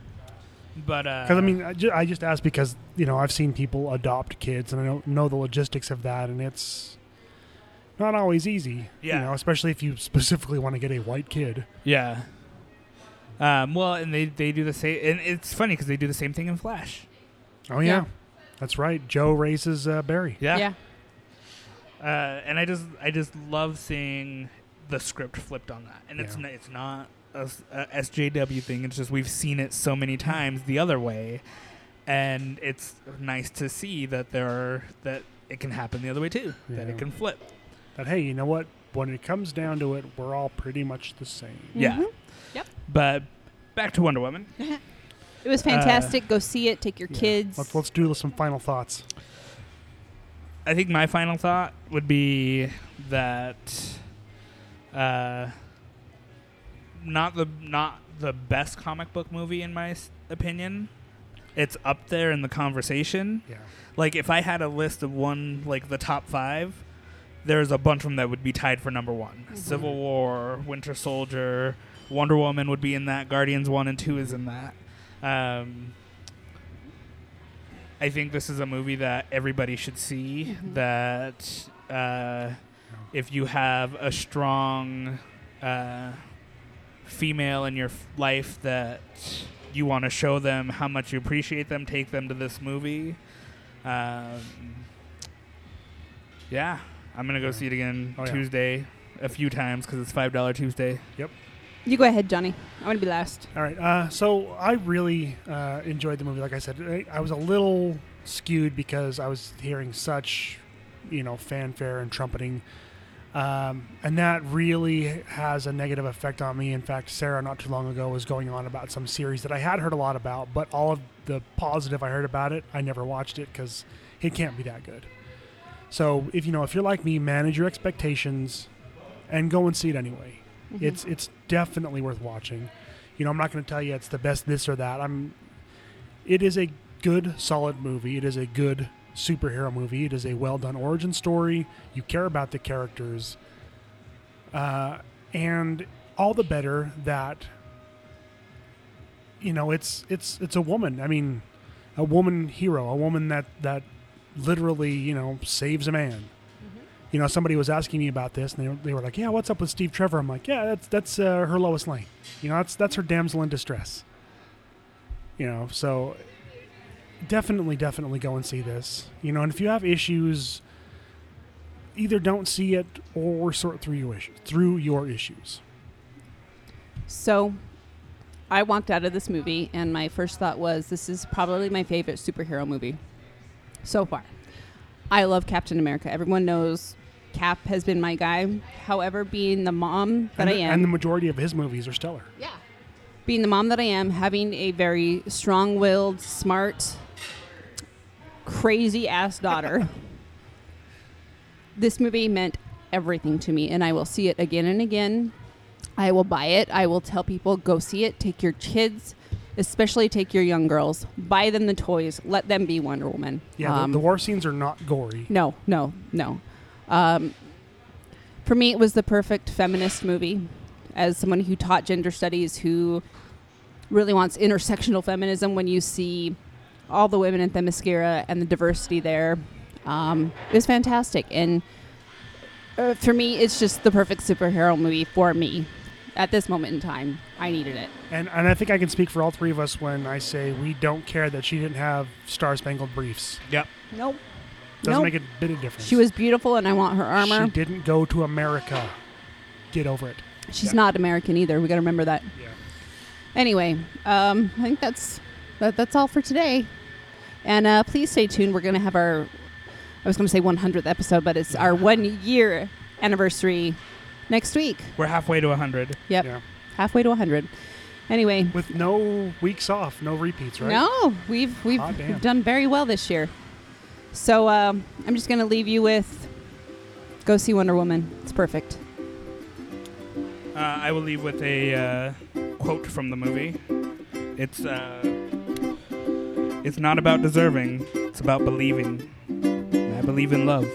Speaker 4: But uh,
Speaker 5: Because I mean, I ju- I just ask because you know I've seen people adopt kids, and I don't know the logistics of that, and it's not always easy.
Speaker 4: Yeah.
Speaker 5: You know, especially if you specifically want to get a white kid.
Speaker 4: Yeah. Um, well, and they, they do the same, and it's funny because they do the same thing in Flash.
Speaker 5: Oh yeah,
Speaker 6: Yeah.
Speaker 5: that's right. Joe raises uh, Barry.
Speaker 4: Yeah.
Speaker 6: yeah.
Speaker 4: Uh, and I just I just love seeing the script flipped on that, and it's
Speaker 5: Yeah.
Speaker 4: n- it's not a, s- a SJW thing. It's just we've seen it so many times the other way, and it's nice to see that there are that it can happen the other way too. That
Speaker 5: Yeah.
Speaker 4: it can flip.
Speaker 5: But hey, you know what? When it comes down to it, we're all pretty much the same.
Speaker 4: Yeah.
Speaker 6: Yep.
Speaker 4: But back to Wonder Woman.
Speaker 6: It was fantastic. Go see it. Take your
Speaker 5: Uh, Yeah.
Speaker 6: kids.
Speaker 5: Let's let's do some final thoughts.
Speaker 4: I think my final thought would be that uh, not the not the best comic book movie in my s- opinion. It's up there in the conversation.
Speaker 5: Yeah.
Speaker 4: Like if I had a list of one like the top 5, there's a bunch of them that would be tied for number one. Civil War, Winter Soldier, Wonder Woman would be in that. Guardians one and two is in that. Um, I think this is a movie that everybody should see. That uh, if you have a strong uh, female in your f- life that you want to show them how much you appreciate them, take them to this movie. Um, yeah, I'm gonna go see it again
Speaker 5: Oh, yeah.
Speaker 4: Tuesday a few times because it's five dollar Tuesday.
Speaker 6: You go ahead, Johnny. I want to be last.
Speaker 5: All right. Uh, so I really uh, enjoyed the movie. Like I said, I, I was a little skewed because I was hearing such, you know, fanfare and trumpeting. Um, and that really has a negative effect on me. In fact, Sarah, not too long ago, was going on about some series that I had heard a lot about, but all of the positive I heard about it, I never watched it because it can't be that good. So if you know, if you're like me, manage your expectations and go and see it anyway. It's it's definitely worth watching. You know, I'm not going to tell you it's the best this or that. I'm. It is a good, solid movie. It is a good superhero movie. It is a well done origin story. You care about the characters, uh, and all the better that. You know, it's it's it's a woman. I mean, a woman hero, a woman that that literally you know saves a man you know, somebody was asking me about this, and they, were- they were like, "Yeah, what's up with Steve Trevor?" I'm like, "Yeah, that's that's uh, her Lois Lane. You know, that's that's her damsel in distress. You know, so definitely, definitely go and see this. You know, and if you have issues, either don't see it or sort through your issues. Through your issues.
Speaker 6: So I walked out of this movie, and my first thought was this is probably my favorite superhero movie so far. I love Captain America. Everyone knows Cap has been my guy. However, being the mom that
Speaker 5: and,
Speaker 6: I
Speaker 5: the,
Speaker 6: am.
Speaker 5: and the majority of his movies are stellar.
Speaker 6: Yeah. Being the mom that I am, having a very strong willed, smart, crazy ass daughter, this movie meant everything to me, and I will see it again and again. I will buy it. I will tell people go see it. Take your kids, especially take your young girls. Buy them the toys. Let them be Wonder Woman. Um,
Speaker 5: Yeah, the, the war scenes are not gory.
Speaker 6: No, no, no. Um, for me, it was the perfect feminist movie. As someone who taught gender studies, who really wants intersectional feminism, when you see all the women at the mascara and the diversity there, um, it was fantastic. And uh, for me, it's just the perfect superhero movie for me at this moment in time. I needed it.
Speaker 5: And and I think I can speak for all three of us when I say we don't care that she didn't have star spangled briefs.
Speaker 4: Yep.
Speaker 6: Nope.
Speaker 5: Doesn't
Speaker 6: Nope.
Speaker 5: make a bit of difference.
Speaker 6: She was beautiful, and I want her armor.
Speaker 5: She didn't go to America. Get over it.
Speaker 6: She's not American either. We got to remember that.
Speaker 5: Yeah.
Speaker 6: Anyway, um, I think that's that, that's all for today. And uh, please stay tuned. We're going to have our I was going to say 100th episode, but it's our one year anniversary next week.
Speaker 4: We're halfway to hundred.
Speaker 6: Yep,
Speaker 5: Yeah.
Speaker 6: halfway to 100. Anyway,
Speaker 5: With no weeks off, no repeats, right?
Speaker 6: no, we've we've,
Speaker 5: Hot damn.
Speaker 6: we've done very well this year. So um, I'm just going to leave you with go see Wonder Woman. It's perfect.
Speaker 4: Uh, I will leave with a uh, quote from the movie. It's uh, it's not about deserving. It's about believing. And I believe in love.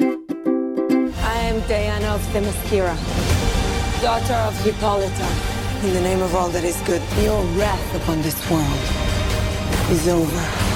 Speaker 2: I am Diana of Themyscira, daughter of Hippolyta. In the name of all that is good, your wrath upon this world is over.